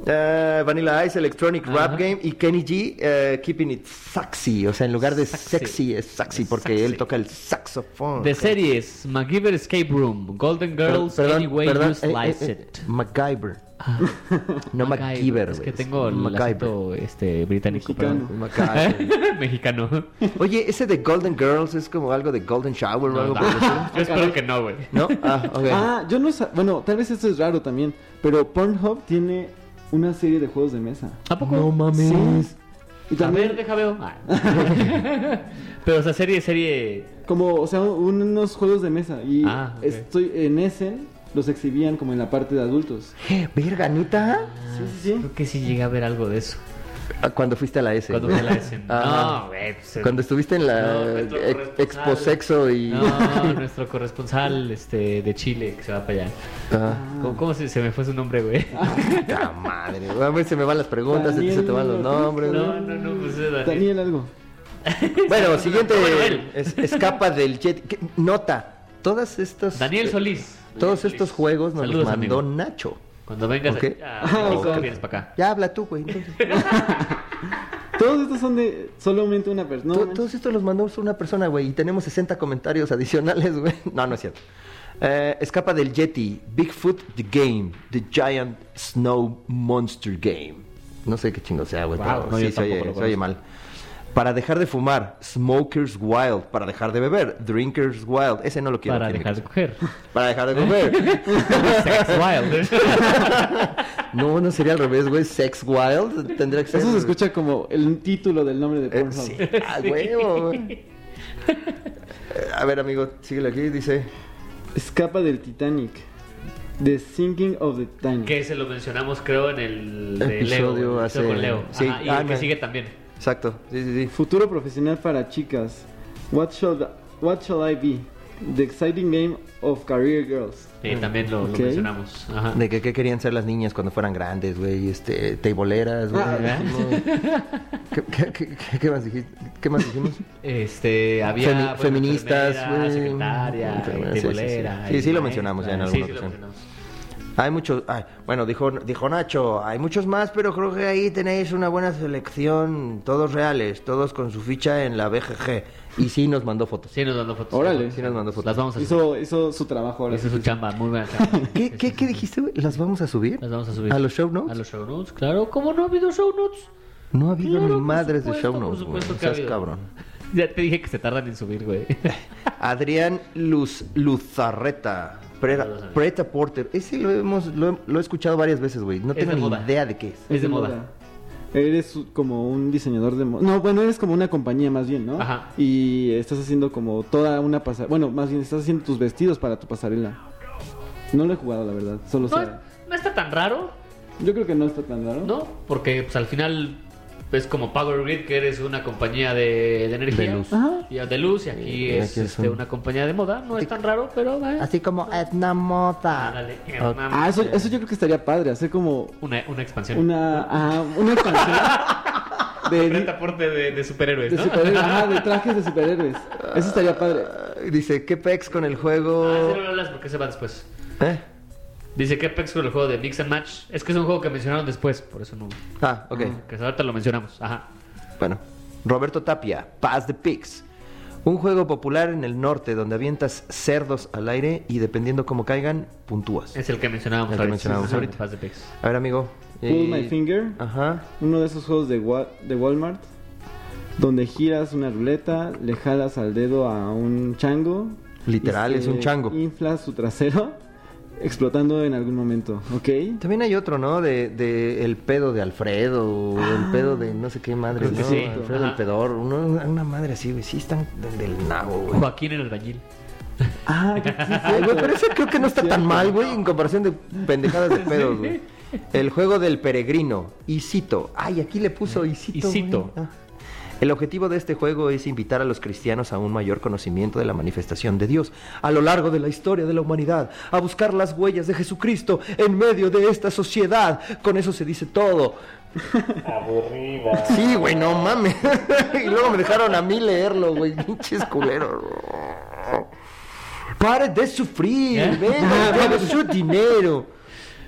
Eh, Vanilla Ice, Electronic Ajá. Rap Game y Kenny G, eh, Keeping It Sexy. O sea, en lugar de Sexy. sexy, es sexy porque Sexy. él toca el saxofón. De series, MacGyver Escape Room, Golden Girls, perdón, Anyway perdón, You eh, Slice eh, eh, It. Ah, MacGyver. No MacGyver, Es güey, que tengo el acento este, británico, Mexicano. perdón. MacGyver. Mexicano. Oye, ese de Golden Girls es como algo de Golden Shower o No, algo no. por el estilo? Yo espero que no, güey. ¿No? Ah, ok. Ah, yo no sa- Bueno, tal vez esto es raro también, pero Pornhub tiene una serie de juegos de mesa. ¿A poco? Sí. Y A también, ver, deja veo. Ah. Pero, o sea, serie, serie. como, o sea, un- unos juegos de mesa. Y Ah, ok. estoy en ese, los exhibían como en la parte de adultos. Verga, ¿neta? Sí, sí, sí. Creo que sí llegué a ver algo de eso. Ah, Cuando fuiste a la S. Cuando güey. fui a la SM. Ajá. No, güey. pues, Ah. Cuando estuviste en la No, nuestro ex- corresponsal. Expo Sexo y... No, nuestro corresponsal este, de Chile que se va para allá. Ah, ¿Cómo, cómo se, se me fue su nombre, güey? Ah, puta madre. A ver, se me van las preguntas, Daniel, se te van los ¿no? nombres. No, no, no, pues era. Daniel algo. Bueno, siguiente. Bueno, él. es- escapa del jet. ¿Qué? Nota. Todas estas... eh, Daniel Solís. Todos Daniel estos Solís. juegos nos los Saludos, mandó amigo. Nacho. Cuando vengas Ok. aquí, ah, Ah, México, ok. vienes para acá. Ya habla tú, güey. entonces. Todos estos son de solamente una persona. To- Todos estos los mandó una persona, güey, y tenemos 60 comentarios adicionales, güey. No, no es cierto. Eh, escapa del Yeti, Bigfoot the Game, The Giant Snow Monster Game. No sé qué chingo sea, güey, Wow, pero no, yo sí se tampoco oye, lo se oye conozco. mal. Para dejar de fumar, Smokers Wild. Para dejar de beber, Drinkers Wild. Ese no lo quiero. para tiene dejar de que- coger. Para dejar de comer. Sex Wild. no, no sería al revés, güey. Sex Wild. Tendría que ser. Eso se escucha como el título del nombre de Eh, Pornhub. sí, a huevo, güey. Eh, A ver, amigo, síguele aquí, dice. Escapa del Titanic. The Sinking of the Titanic. que se lo mencionamos, creo, en el de Leo. Episodio güey, hace- con Leo. sí, Ajá, y ah, el que no. sigue también. Exacto, sí, sí, sí. Futuro profesional para chicas. What shall, what shall I be? The exciting game of career girls. Eh, también lo, lo Ok. mencionamos. Ajá. De que qué querían ser las niñas cuando fueran grandes, güey, este, teiboleras, güey. Ah, ¿verdad? no. ¿Qué, qué, qué- qué- qué más dijiste? ¿Qué más dijimos? Este, había Femi- bueno, feministas, enfermera, güey. secretaria, Enfermera, y sí, sí, sí. tebolera, Sí, y sí lo maestra. mencionamos ya en Sí, alguna sí lo ocasión. mencionamos. Hay muchos, ay, bueno, dijo, dijo Nacho, hay muchos más, pero creo que ahí tenéis una buena selección, todos reales, todos con su ficha en la BGG. Y sí nos mandó fotos. Sí, nos mandó fotos. Órale. Sí nos mandó fotos. Las vamos a subir. Hizo, hizo su trabajo ahora. Esa sí. es su chamba, muy buena chamba. ¿Qué, qué, qué dijiste, güey? ¿Las vamos a subir? Las vamos a subir. ¿A los show notes? A los show notes, claro. ¿Cómo no ha habido show notes? No ha habido Claro, ni por madres de supuesto, show por notes, güey. supuesto No que ha seas habido. cabrón. Ya te dije que se tardan en subir, güey. Adrián Luz, Luzarreta. Preta, No lo sabía. Preta Porter. Ese lo, hemos, lo, he- lo he escuchado varias veces, güey. No Es tengo de ni moda. idea de qué es. Es de moda. Eres u- como un diseñador de moda. No, bueno, eres como una compañía más bien, ¿no? Ajá. Y estás haciendo como toda una pasarela. Bueno, más bien estás haciendo tus vestidos para tu pasarela. No lo he jugado, la verdad. Solo sé. No, no está tan raro, Yo creo que no está tan raro. ¿no? Porque pues, al final es como Power Grid, que eres una compañía de, de energía. luz. Ajá. Y de luz, y aquí Y es aquí es este, un- una compañía de moda. No es tan raro, pero... eh, Así como Edna Mota. ándale, eh, Ah, una, Ah, eso, eso yo creo que estaría padre, hacer como una, una expansión. una, ah, una expansión de, Un aporte de, de superhéroes, de ¿no? superhéroes, ajá, de trajes de superhéroes. Eso estaría padre. Dice, ¿qué pex con el Ah, ese juego? no lo hablas porque se va después. ¿Eh? Dice que Apex con el juego de Mix and Match. Es que es un juego que mencionaron después, por eso no. Ah, ok. Que ahorita lo mencionamos. Ajá. Bueno, Roberto Tapia, Pass the Pigs. Un juego popular en el norte donde avientas cerdos al aire y dependiendo cómo caigan, puntúas. Es el que mencionábamos El que ahorita. mencionábamos Ajá, ahorita. Pass the Pigs. A ver, amigo. Pull y- My Finger, Ajá. uno de esos juegos de, Wa- de Walmart, donde giras una ruleta, le jalas al dedo a un chango. Literal, y es se un chango. Infla su trasero, explotando en algún momento, ¿ok? También hay otro, ¿no? De, de el pedo de Alfredo, o el pedo de no sé qué madre, Ah. Creo que ¿no? sí. Alfredo Ajá. el pedor, uno- una madre así, güey. Sí están de- del nabo, güey. Joaquín el albañil. Ah, sí, sí, Ay, güey, pero ese creo que no está tan mal, güey, en comparación de pendejadas de pedos, güey. El juego del peregrino, Isito. Ay, aquí le puso Isito. güey. Isito. Ah. El objetivo de este juego es invitar a los cristianos a un mayor conocimiento de la manifestación de Dios a lo largo de la historia de la humanidad, a buscar las huellas de Jesucristo en medio de esta sociedad. Con eso se dice todo. Sí, güey, no mames. y luego me dejaron a mí leerlo, güey. Pinches culeros. Pare de sufrir, ¿Eh? venga, tengo su dinero.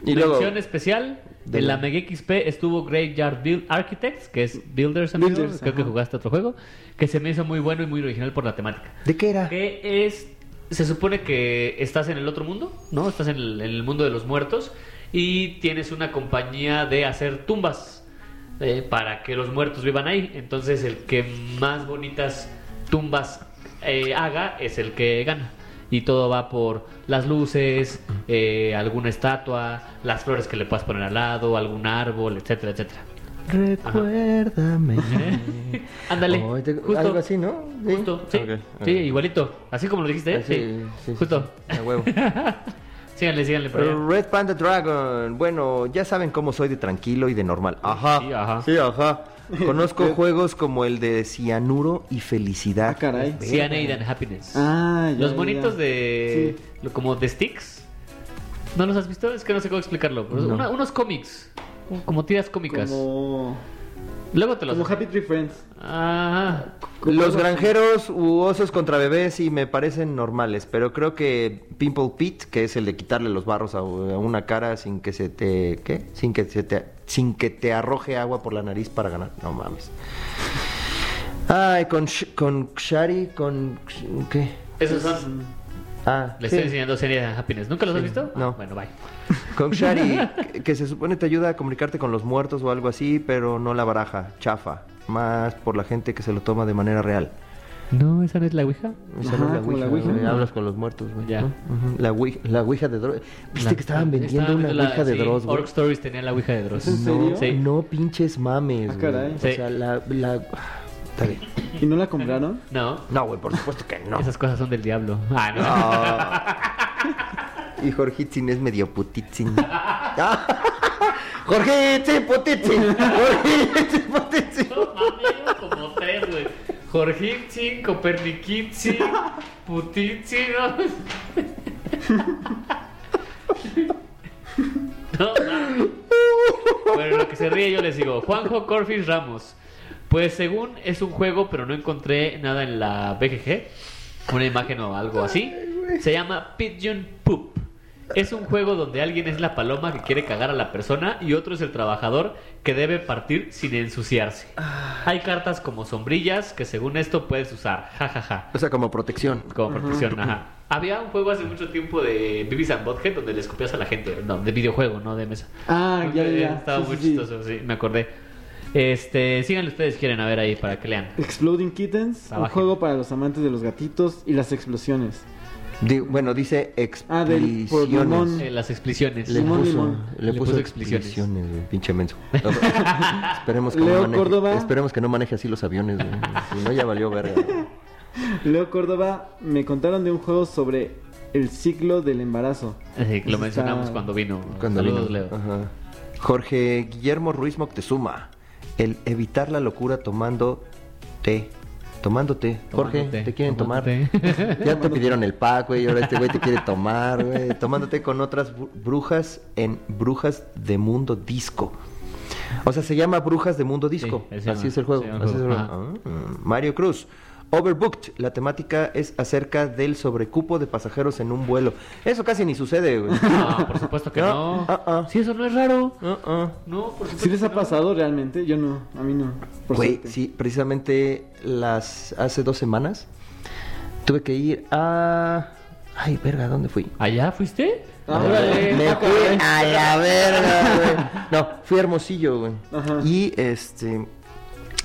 Y luego. Mención especial de la Mega XP estuvo Graveyard Build Architects, que es Builders, amigos. Builders, Creo que ajá. jugaste otro juego. Que se me hizo muy bueno y muy original por la temática. ¿De qué era? Que es. Se supone que estás en el otro mundo, ¿no? Estás en el, en el mundo de los muertos y tienes una compañía de hacer tumbas eh, para que los muertos vivan ahí. Entonces, el que más bonitas tumbas eh, haga es el que gana. Y todo va por las luces, eh, alguna estatua, las flores que le puedas poner al lado, algún árbol, etcétera, etcétera. Recuérdame. ¿Eh? Ándale. Ay, te- justo. Algo así, ¿no? Sí. Justo, sí, Ok, ok. sí, igualito. Así como lo dijiste, ¿eh? Así, sí. sí, sí, Justo. sí, a huevo. síganle, síganle por allá. Red Panda Dragon. Bueno, ya saben cómo soy de tranquilo y de normal. Ajá. Sí, ajá. Sí, ajá. Conozco juegos como el de Cianuro y Felicidad. Ah, caray. Cyanide and Happiness. Ah, ya, los ya, monitos ya. de. lo- como de sticks. ¿No los has visto? Es que no sé cómo explicarlo. pero es No. una- unos cómics. un- Como tiras cómicas. Como, Luego te los. como Happy Tree Friends. Ah, Los granjeros u osos contra bebés sí me parecen normales, pero creo que Pimple Pete, que es el de quitarle los barros a a una cara sin que se te ¿qué? Sin que se te sin que te arroje agua por la nariz para ganar. No mames. Ay, con Sh- con Shari, con ¿qué? esos son. Ah, Les sí. estoy enseñando Cyanide and Happiness. ¿Nunca los has visto? No. Ah, Bueno, bye. Con Shari, que- que se supone te ayuda a comunicarte con los muertos o algo así, pero no la baraja, chafa, más por la gente que se lo toma de manera real. No, esa no es la Ouija. Esa Ajá, no es la como ouija, la ouija, güey, ¿no? Hablas con los muertos, güey. Ya. ¿no? Ujú, La, ouija, la ouija de Dross. Viste La- que estaban vendiendo estaban una vendiendo la- ouija de sí, Dross, güey. Orc Stories tenía la Ouija de Dross. ¿En No, serio? Sí. no pinches mames, Ah, güey. caray. O Sí. sea, la, la- Está bien. ¿Y no la compraron? No. No, güey, por supuesto que no. Esas cosas son del diablo. Ah, no. No. Y Jorgitzin es medio putitzin. Ah, Jorgitzin, putitzin. Jorgitzin, putitzin. No, mames, llevo como tres, güey. Jorgitzin, Copernikitzin, Putitzin, ¿no? No, mames. Bueno, lo que se ríe yo les digo. Juanjo Corfis Ramos. Pues según es un juego, pero no encontré nada en la BGG. Una imagen o algo así. Se llama Pigeon Poop. Es un juego donde alguien es la paloma que quiere cagar a la persona y otro es el trabajador que debe partir sin ensuciarse. Hay cartas como sombrillas que según esto puedes usar. Jajaja. O sea, como protección. Como protección, ajá. Había un juego hace mucho tiempo de Bibis and Butthead donde le escupías a la gente. No, de videojuego, no de mesa. Ah, ya, ya, ya. Estaba Sí, muy sí, sí. chistoso, sí, me acordé. Este, síganle ustedes quieren a ver ahí para que lean. Exploding Kittens, un Trabajen. juego para los amantes de los gatitos y las explosiones. Di- bueno, dice expliciones. Ah, del- por Limón. Eh, las expliciones. Le Limón, puso, limón. Le puso, explicaciones, güey, pinche menso. esperemos, que no Leo maneje, Córdoba. esperemos que no maneje así los aviones, güey. Si no, ya valió verga. güey. Leo Córdoba, me contaron de un juego sobre el ciclo del embarazo. Eh, lo Está- mencionamos cuando vino. Cuando Saludos, vino. Leo. Ajá. Jorge Guillermo Ruiz Moctezuma. el evitar la locura tomando té. Tomándote, Jorge, Tomando té, te quieren tomar. tomando té. Ya te pidieron el pack, güey, y ahora este güey te quiere tomar, güey. Tomándote con otras bru- brujas en Brujas de Mundo Disco. O sea, se llama Brujas de Mundo Disco. Sí, así se llama- es el juego. se llama el así es el juego. juego. Ah, Mario Cruz. Overbooked, la temática es acerca del sobrecupo de pasajeros en un vuelo. Eso casi ni sucede, güey. No, por supuesto que no. No, ah, ah. Sí, eso no es raro. Ah, ah. No, por supuesto. ¿Sí les que ha no. pasado realmente? Yo no, a mí no. por Güey, suerte. sí, precisamente las hace dos semanas tuve que ir a. Ay, verga, ¿dónde fui? ¿Allá fuiste? Ah, Órale. Me fui Ah. a la verga, güey. No, fui a Hermosillo, güey. Ajá. Y este.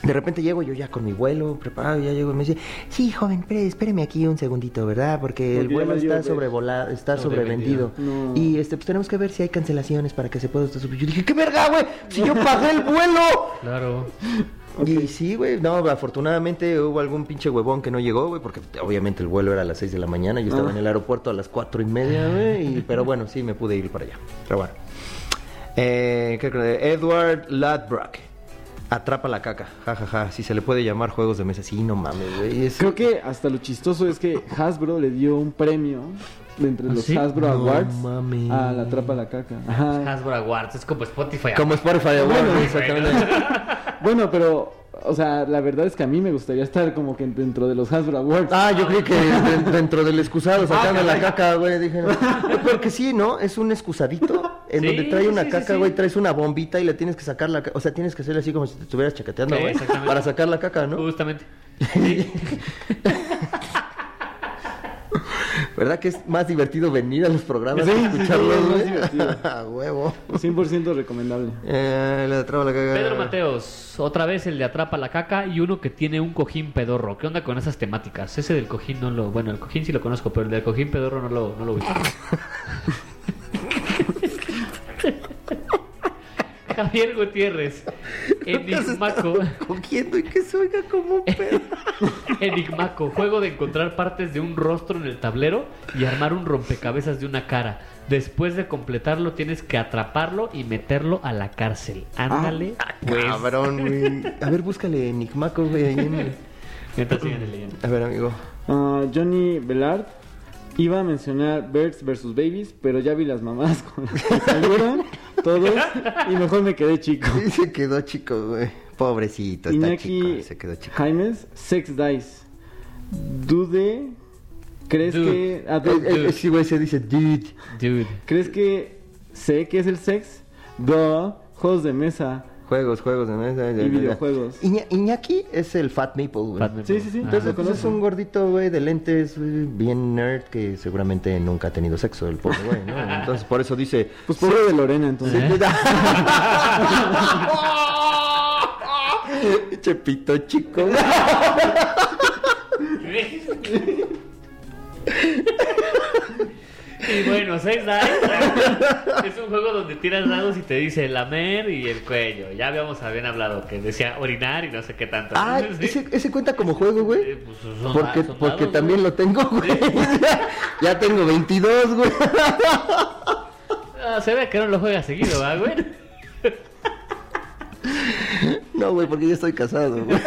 De repente llego yo ya con mi vuelo preparado, ya llego y me dice, sí, joven, pre- espéreme aquí un segundito, ¿verdad? Porque el Porque ya vuelo valió, está güey. sobrevolado, está sobrevendido. Sobrevendido. No. Y este, pues tenemos que ver si hay cancelaciones para que se pueda usted subir. Yo dije, ¿qué verga, güey? Si yo pagué el vuelo. Claro. Y sí, güey, no, afortunadamente hubo algún pinche huevón que no llegó, güey, porque obviamente el vuelo era a las 6 de la mañana, yo estaba Ah. en el aeropuerto a las cuatro y media, güey, y- pero bueno, sí, me pude ir para allá. Pero bueno. Eh, ¿qué creo? Edward Ladbrock. Atrapa la caca, jajaja, si se le puede llamar juegos de mesa, sí, no mames, güey. es- Creo que hasta lo chistoso es que Hasbro le dio un premio de entre ¿Ah, los sí? Hasbro No Awards mames. a la trapa la caca. Ajá. Hasbro Awards, es como Spotify. Como Spotify Awards, Bueno, exactamente. Bueno, pero, o sea, la verdad es que a mí me gustaría estar como que dentro de los Hasbro Awards. Ah, yo creí que de- dentro del Ah, excusado sacando la caca, güey. Dije, no. Porque sí, ¿no? Es un excusadito en Sí, donde trae una sí, sí, caca, sí. güey. Traes una bombita y le tienes que sacar la caca. O sea, tienes que hacer así como si te estuvieras chaqueteando, Sí, güey. exactamente. Para sacar la caca, ¿no? Justamente. ¿Verdad que es más divertido venir a los programas Sí, que sí, escucharlos, es más güey? divertido. A huevo. 100% recomendable. Eh, le atrapa la caca. Pedro Mateos, otra vez el de atrapa la caca y uno que tiene un cojín pedorro. ¿Qué onda con esas temáticas? Ese del cojín no lo, bueno, el cojín sí lo conozco, pero el del cojín pedorro no lo, no lo ubico. Javier Gutiérrez, Enigmaco, Cogiendo y que se oiga como un pedo. Enigmaco, juego de encontrar partes de un rostro en el tablero y armar un rompecabezas de una cara. Después de completarlo tienes que atraparlo y meterlo a la cárcel. Ándale, pues. Ah, Cabrón, güey. A ver, búscale Enigmaco, güey. ahí en- Mientras sigan leyendo. A ver, amigo. Ah, Johnny Bellard iba a mencionar Birds vs. Babies, pero ya vi las mamás con las que salieron todos y mejor me quedé chico. Sí, se quedó chico, güey. Pobrecito, está Iñaki chico. Se quedó chico. Jaimes, Sex Dice. Dude, ¿crees Dude. que... ah, Eh, dude. eh, eh, sí, güey, se dice dude. Dude. ¿Crees que sé qué es el sex? Duh, juegos de mesa. Juegos, juegos de mesa. ya, ya, ya. videojuegos. Iña- Iñaki es el Fat Maple, güey. Fat Maple. Sí, sí, sí. Ah. Entonces lo conozco. es un gordito, güey, de lentes, güey, bien nerd, que seguramente nunca ha tenido sexo, el pobre güey, ¿no? Entonces por eso dice... "Pues, Pues pobre de Lorena, entonces. ¿Eh? Chepito chico. y bueno, seis dados. es un juego donde tiras dados y te dice el lamer y el cuello. Ya habíamos habían hablado que decía orinar y no sé qué tanto. Ah, Sí. ese, ese cuenta como juego, güey. Eh, pues, son Porque, da- son porque dados, también güey. lo tengo, güey. ya tengo 22, güey. Ah, se ve que no lo juega seguido, ¿va, güey? No, güey, porque yo estoy casado, güey.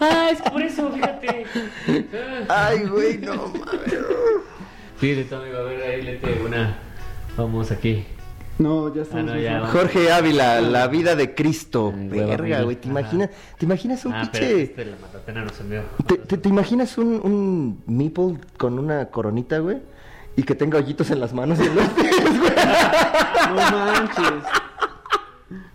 Ah, es por eso, fíjate. Ah. Ay, güey, no mames. Fíjate, tu amigo, a ver, ahí le tengo una. Vamos aquí. No, ya está. Ah, no, ya, va. Jorge Ávila, la vida de Cristo. Ay, huevo, Verga, amigo. güey. ¿Te imaginas, ¿te imaginas un Ah, pero pinche. este la matatena nos envió. ¿Te, te, te imaginas un, un meeple con una coronita, güey? Y que tenga hoyitos en las manos y en los pies, güey. No manches.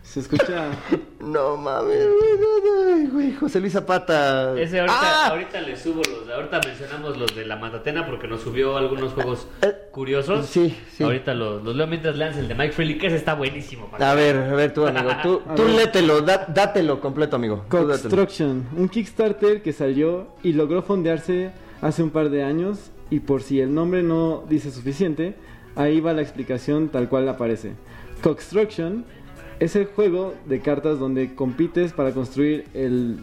Se escucha. No mames, güey. Ay, güey, José Luis Zapata. Ese ahorita, ¡Ah! ahorita le subo los, ahorita mencionamos los de la Matatena porque nos subió algunos juegos Eh, curiosos. sí, sí. Ahorita los, los leo mientras lean el de Mike Freely, que ese está buenísimo. para- A ver, a ver, tú, amigo. Tú, A tú ver. lételo, da- dátelo completo, amigo. Tú dátelo. Construction, un Kickstarter que salió y logró fondearse hace un par de años. Y por si el nombre no dice suficiente, ahí va la explicación tal cual aparece. Construction es el juego de cartas donde compites para construir el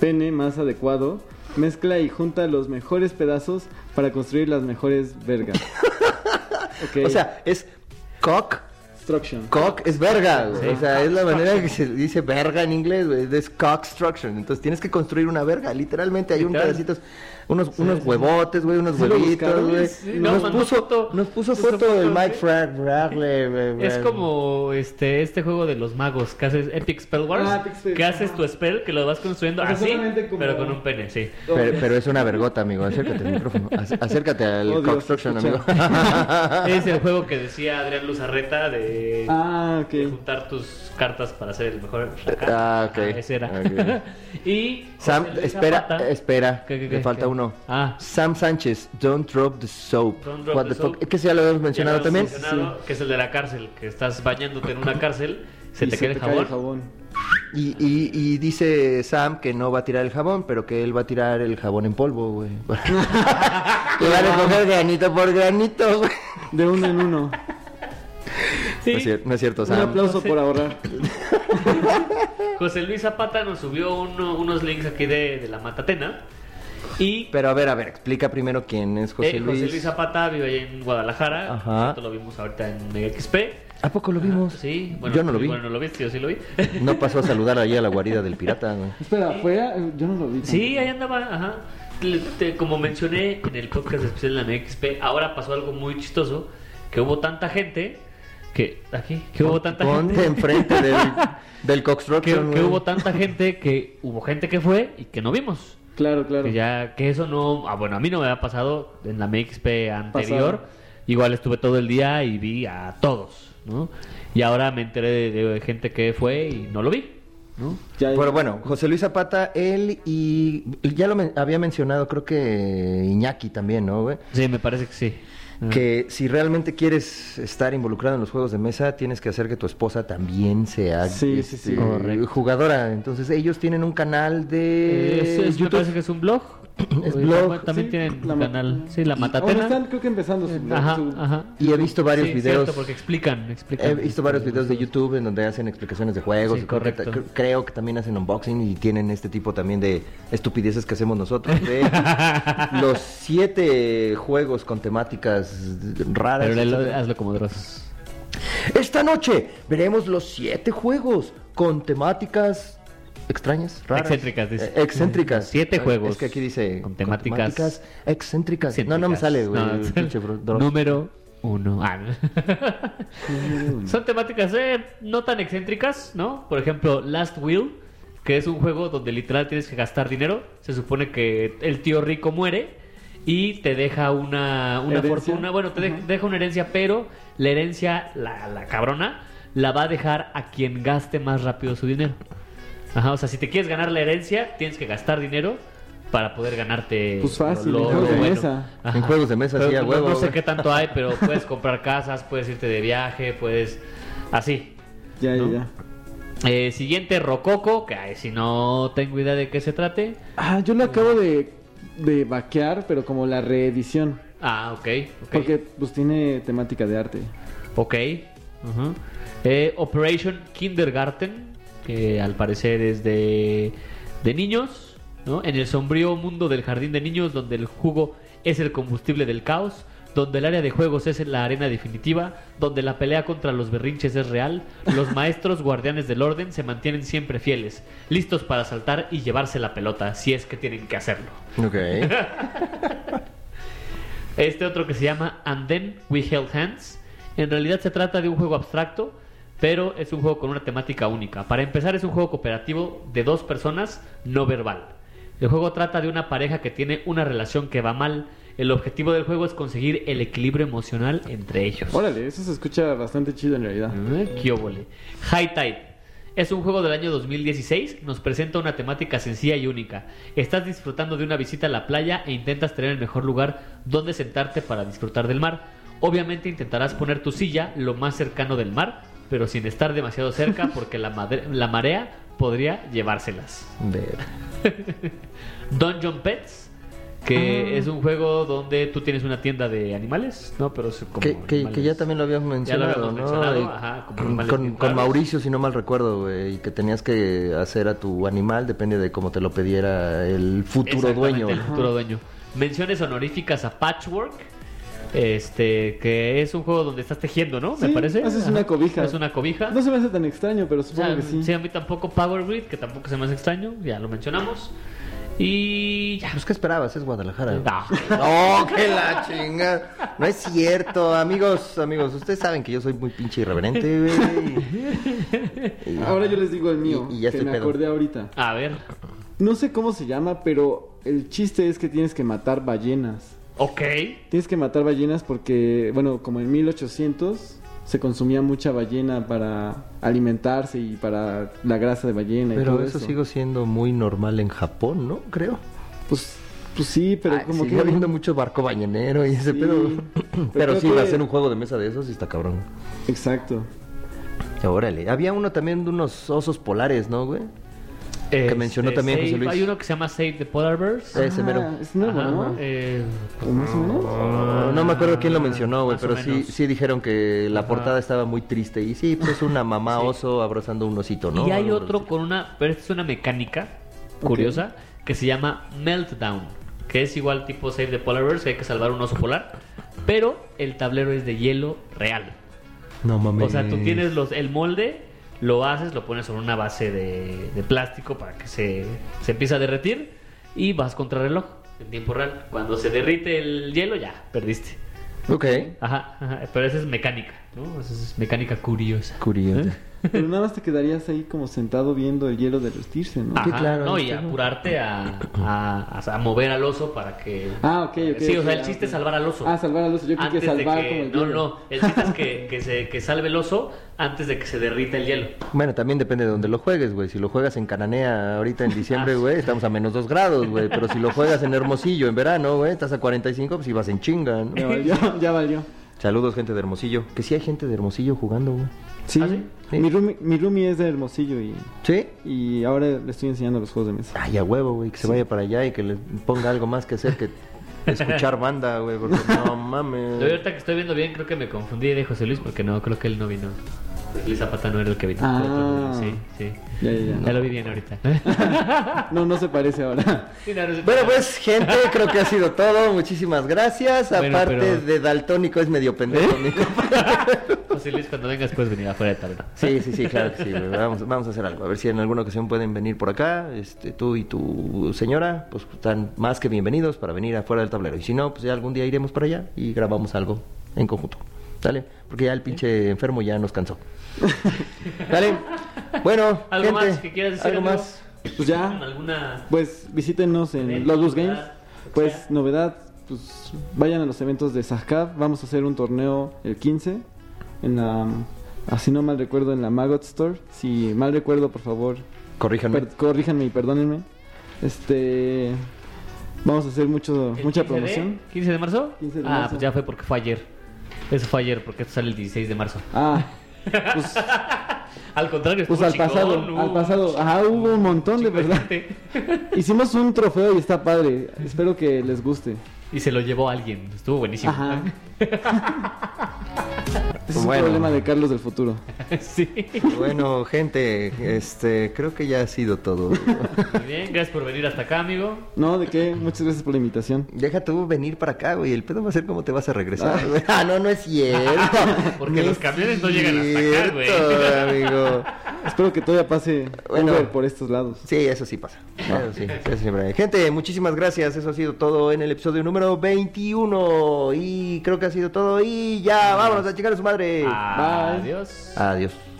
pene más adecuado. Mezcla y junta los mejores pedazos para construir las mejores vergas. Ok. O sea, es cock Struction. Cock es verga, güey. Sí. O sea, es la manera que se dice verga en inglés, güey. Es cockstruction. Entonces tienes que construir una verga. Literalmente hay un Literal. pedacitos, unos, unos huevotes, güey, unos Sí lo huevitos, buscaron, güey. sí, no, nos, mandó puso, foto. nos puso Puso foto del foto, Mike sí. Frank Bradley, güey. Es como este este juego de los magos que haces Epic Spell Wars, Ah, Epic Spell, que haces ajá. tu spell que lo vas construyendo O sea, así, solamente como- pero con un pene, sí. Pero, pero es una vergota, amigo. Acércate al micrófono. Ac- Acércate al Oh, Dios, cockstruction, escucha. amigo. Es el juego que decía Adrián Luzarreta de, Ah, de ok. juntar tus cartas para ser el mejor. Ah, ok. ese era. Ok. y Sam, José Luis espera, Zapata- espera. ¿Qué, qué, Le qué, falta qué? uno. Ah. Sam Sánchez, Don't Drop the Soap. Don't Drop What the the fuck? Soap. Es que ya lo habíamos mencionado Ya lo también. hemos mencionado, Que es el de la cárcel, que estás bañándote en una cárcel, se Y te queda el cae jabón. Y, y, y dice Sam que no va a tirar el jabón, pero que él va a tirar el jabón en polvo, güey. que va a recoger granito por granito, güey. De uno en No, uno. es Sí, cierto, no es cierto, Un Sam. aplauso por ahorrar. José Luis Zapata nos subió uno- unos links aquí de, de la Matatena. Y Pero a ver, a ver, explica primero quién es José, eh, Luis. Zapata vive allá en Guadalajara. Ajá. Nosotros lo vimos ahorita en Mega XP. ¿A poco lo vimos? Ah, Sí, bueno, Yo no lo vi. Bueno, lo viste, yo sí lo vi. No pasó a saludar allí a la guarida del pirata, güey. Espera, ¿afuera? Yo no lo vi. Sí, ahí andaba, ajá. Le- te- como mencioné en el podcast especial de la MXP, ahora pasó algo muy chistoso, que hubo tanta gente que aquí, que hubo tanta Ponte gente, enfrente del, del que, cockstruction, que güey. hubo tanta gente que hubo gente que fue y que no vimos. Claro, claro. Que ya que eso no, ah, bueno, a mí no me había pasado en la MXP anterior. Pasado. Igual estuve todo el día y vi a todos, ¿no? Y ahora me enteré de, de gente que fue y no lo vi, ¿no? Ya- Pero bueno, José Luis Zapata, él y ya lo men- había mencionado, creo que Iñaki también, ¿no, güey? Sí, me parece que sí. Que si realmente quieres estar involucrado en los juegos de mesa, tienes que hacer que tu esposa también sea este, Sí, sí, sí. Correcto. Eh, jugadora. Entonces, ellos tienen un canal de Es- es- me Eh, YouTube. parece que es un blog. Es Eh, blog. también- También Sí, tienen la un ma- canal. Sí, la Y matatena. Eh, Ahora están, creo que empezando su. Ajá, su- ajá. Y he visto varios Sí, videos. cierto, porque explican, explican. He visto varios videos de YouTube en donde hacen explicaciones de juegos. Sí, y creo que correcto. ta- cre- creo que también hacen unboxing y tienen este tipo también de estupideces que hacemos nosotros. De los siete juegos con temáticas raras. Pero léelo, etcétera. hazlo como Dross. Esta noche veremos los siete juegos con temáticas extrañas, raras. Excéntricas, dice. Eh, excéntricas. Siete Eh, juegos Es que aquí dice. con temáticas- excéntricas. No, no me sale, güey. No, pinche bro- droga. número uno. Ah, no. Son temáticas eh, no tan excéntricas, ¿no? Por ejemplo, Last Will, que es un juego donde literal tienes que gastar dinero. Se supone que el tío rico muere y te deja una, una Herencia. fortuna. Bueno, te de- Ajá. deja una herencia, pero la herencia, la, la cabrona, la va a dejar a quien gaste más rápido su dinero. Ajá, o sea, si te quieres ganar la herencia, tienes que gastar dinero para poder ganarte Pues fácil, en juegos de mesa. En juegos de mesa, Pero sí, a no- huevo, No sé güey. qué tanto hay, pero puedes comprar casas, puedes irte de viaje, puedes. Así. Ya, ya, ¿No? ya. Eh, siguiente, Rococo, que ay, si no tengo idea de qué se trate. Ah, yo lo acabo de, de vaquear, pero como la reedición. Ah, ok. ok. Porque pues tiene temática de arte. Ok. Ujú. Eh, Operation Kindergarten, que al parecer es de, de niños, ¿no? En el sombrío mundo del jardín de niños, donde el jugo es el combustible del caos, donde el área de juegos es la arena definitiva, donde la pelea contra los berrinches es real, los maestros guardianes del orden se mantienen siempre fieles, listos para saltar y llevarse la pelota, si es que tienen que hacerlo. Ok. Este otro que se llama And Then We Held Hands. En realidad se trata de un juego abstracto, pero es un juego con una temática única. Para empezar, es un juego cooperativo de dos personas no verbal. El juego trata de una pareja que tiene una relación que va mal. El objetivo del juego es conseguir el equilibrio emocional entre ellos. Órale, eso se escucha bastante chido en realidad. Ah, qué óvole. High Tide. Es un juego del año 2016, nos presenta una temática sencilla y única. Estás disfrutando de una visita a la playa e intentas tener el mejor lugar donde sentarte para disfrutar del mar. Obviamente intentarás poner tu silla lo más cercano del mar, pero sin estar demasiado cerca porque la, madre- la marea podría llevárselas. Ver. Dungeon Pets, que Ah. es un juego donde tú tienes una tienda de animales, ¿no? Pero es como Que, que- que ya animales- también lo habíamos Ya lo mencionado, habíamos ¿no? mencionado, Y- ajá, como con, animales bien con raros. Mauricio, si no mal recuerdo, güey, y que tenías que hacer a tu animal, depende de cómo te lo pidiera el futuro Exactamente, dueño. El futuro dueño. Menciones honoríficas a Patchwork, Este, que es un juego donde estás tejiendo, ¿no? Me Sí, parece. haces Ajá. una cobija. Es una cobija. No se me hace tan extraño, pero O supongo sea, que sí. sí, a mí tampoco Power Grid, que tampoco se me hace extraño, ya lo mencionamos. Y ya. Pues, ¿qué esperabas? Es Guadalajara. No. No, que la chinga. No es cierto, amigos, amigos. Ustedes saben que yo soy muy pinche irreverente, güey. Y- Ahora yo les digo el mío, Y- y ya que estoy me pedo. acordé ahorita. A ver. No sé cómo se llama, pero el chiste es que tienes que matar ballenas. Ok. Tienes que matar ballenas porque, bueno, como en 1800 se consumía mucha ballena para alimentarse y para la grasa de ballena y Pero todo eso eso. sigo siendo muy normal en Japón, ¿no? Creo. Pues, pues sí, pero Ay, como sigue que habiendo mucho barco bañanero y ese Sí. pedo. Pero Pero creo sí, que- hacer un juego de mesa de esos y está cabrón. Exacto. Órale. Había uno también de unos osos polares, ¿no, güey? Este, mencionó también José Save- Luis. Hay uno que se llama Save the Polar Bears. Ese Ah, mero. Es nuevo, Ajá, ¿no? eh, ¿O más o menos? No, no me acuerdo quién lo mencionó, güey, Más o pero sí, menos. sí dijeron que la Ajá. portada estaba muy triste. Y sí, pues una mamá oso abrazando un osito, ¿no? Y hay Algo otro así. con una, pero esta es una mecánica curiosa que se llama Meltdown, que es igual tipo Save the Polar Bears, que hay que salvar un oso polar, pero el tablero es de hielo real. No mames. O sea, tú tienes los, el molde, lo haces, lo pones sobre una base de, de plástico para que se, se empiece a derretir y vas contra el reloj en tiempo real. Cuando se derrite el hielo, ya, perdiste. Ok. Ajá, ajá, pero esa es mecánica, ¿no? Esa es mecánica curiosa. Curioso. Pero nada más te quedarías ahí como sentado viendo el hielo derretirse, ¿no? Ah. Sí, Ajá, claro, no, ahí y está, ¿no? apurarte a, a- a- a mover al oso para que... Ah, ok, ok. Sí, o ok, sea, el ah, chiste ok. es salvar al oso. Ah, salvar al oso. Yo creo que Antes de salvar que- como el No, hielo. no, el chiste es que, que se, que salve el oso antes de que se derrita el hielo. Bueno, también depende de dónde lo juegues, güey. Si lo juegas en Cananea ahorita en diciembre, güey, estamos a menos 2 grados, güey. Pero si lo juegas en Hermosillo en verano, güey, estás a 45, pues ibas en chinga, Ya ¿no? valió, ya valió. Saludos, gente de Hermosillo. Que sí hay gente de Hermosillo jugando, güey. Sí. ¿Ah, sí? Sí. Mi, roomie, mi roomie es de Hermosillo y, ¿Sí? y ahora le estoy enseñando los juegos de mesa. Ay, a huevo, güey, que se vaya para allá y que le ponga algo más que hacer que escuchar banda, güey, porque no Ah. Yo mames. ahorita que estoy viendo bien, creo que me confundí de José Luis porque no, creo que él no vino. José Luis Zapata no era el que vino. Ah. Sí, sí. Ya, ya, ya. Ya lo vi bien ahorita. No, no se parece ahora. Sí, no, no sé. Bueno, pues, gente, creo que ha sido todo. Muchísimas gracias. Bueno, Aparte pero- de daltónico, es medio pendejo, mi compa. pues. José Luis, cuando vengas puedes venir afuera de tablero. Sí, sí, sí, claro que sí. güey. Vamos, vamos a hacer algo. A ver si en alguna ocasión pueden venir por acá. Este, tú y tu señora, pues están más que bienvenidos para venir afuera del tablero. Y si no, pues ya algún día iremos para allá y grabamos algo en conjunto. ¿Dale? Porque ya el pinche enfermo ya nos cansó. ¿Dale? Bueno, ¿Algo gente, más que quieras decir? algo amigo? más. Pues ya. ¿Alguna...? Pues visítenos en Los Blues Games. Pues novedad, pues vayan a los eventos de Sajkav. Vamos a hacer un torneo el 15 en la así no mal recuerdo en la Magot Store. Si mal recuerdo, por favor, Corríjanme. per- corríjanme y perdónenme. Este vamos a hacer mucho ¿El 15 mucha de- promoción. ¿15 de marzo? 15 de ah, marzo. pues ya fue porque fue ayer. Eso fue ayer porque esto sale el 16 de marzo. Ah, pues, Al contrario, pues estuvo al chingón, pasado, uh, al pasado. Ajá, hubo un montón de chingón de verdad. gente. Hicimos un trofeo y está padre. Espero que les guste. Y se lo llevó alguien. Estuvo buenísimo. Ajá. Es un Bueno. problema de Carlos del futuro. sí. Bueno, gente, este, creo que ya ha sido todo. Muy bien, gracias por venir hasta acá, amigo. No, de qué, muchas gracias por la invitación. Deja tú venir para acá, güey. El pedo va a ser cómo te vas a regresar, güey. Ah, no, no es cierto. Porque los es camiones no llegan hasta acá, güey. cierto, amigo. Espero que todavía pase Bueno. Uber por estos lados. Sí, eso sí pasa. Eso sí, eso siempre hay. Gente, muchísimas gracias. Eso ha sido todo en el episodio número Ah. 21. Y creo que ha sido todo. Y ya, vámonos a checar a su madre. Adiós. Adiós.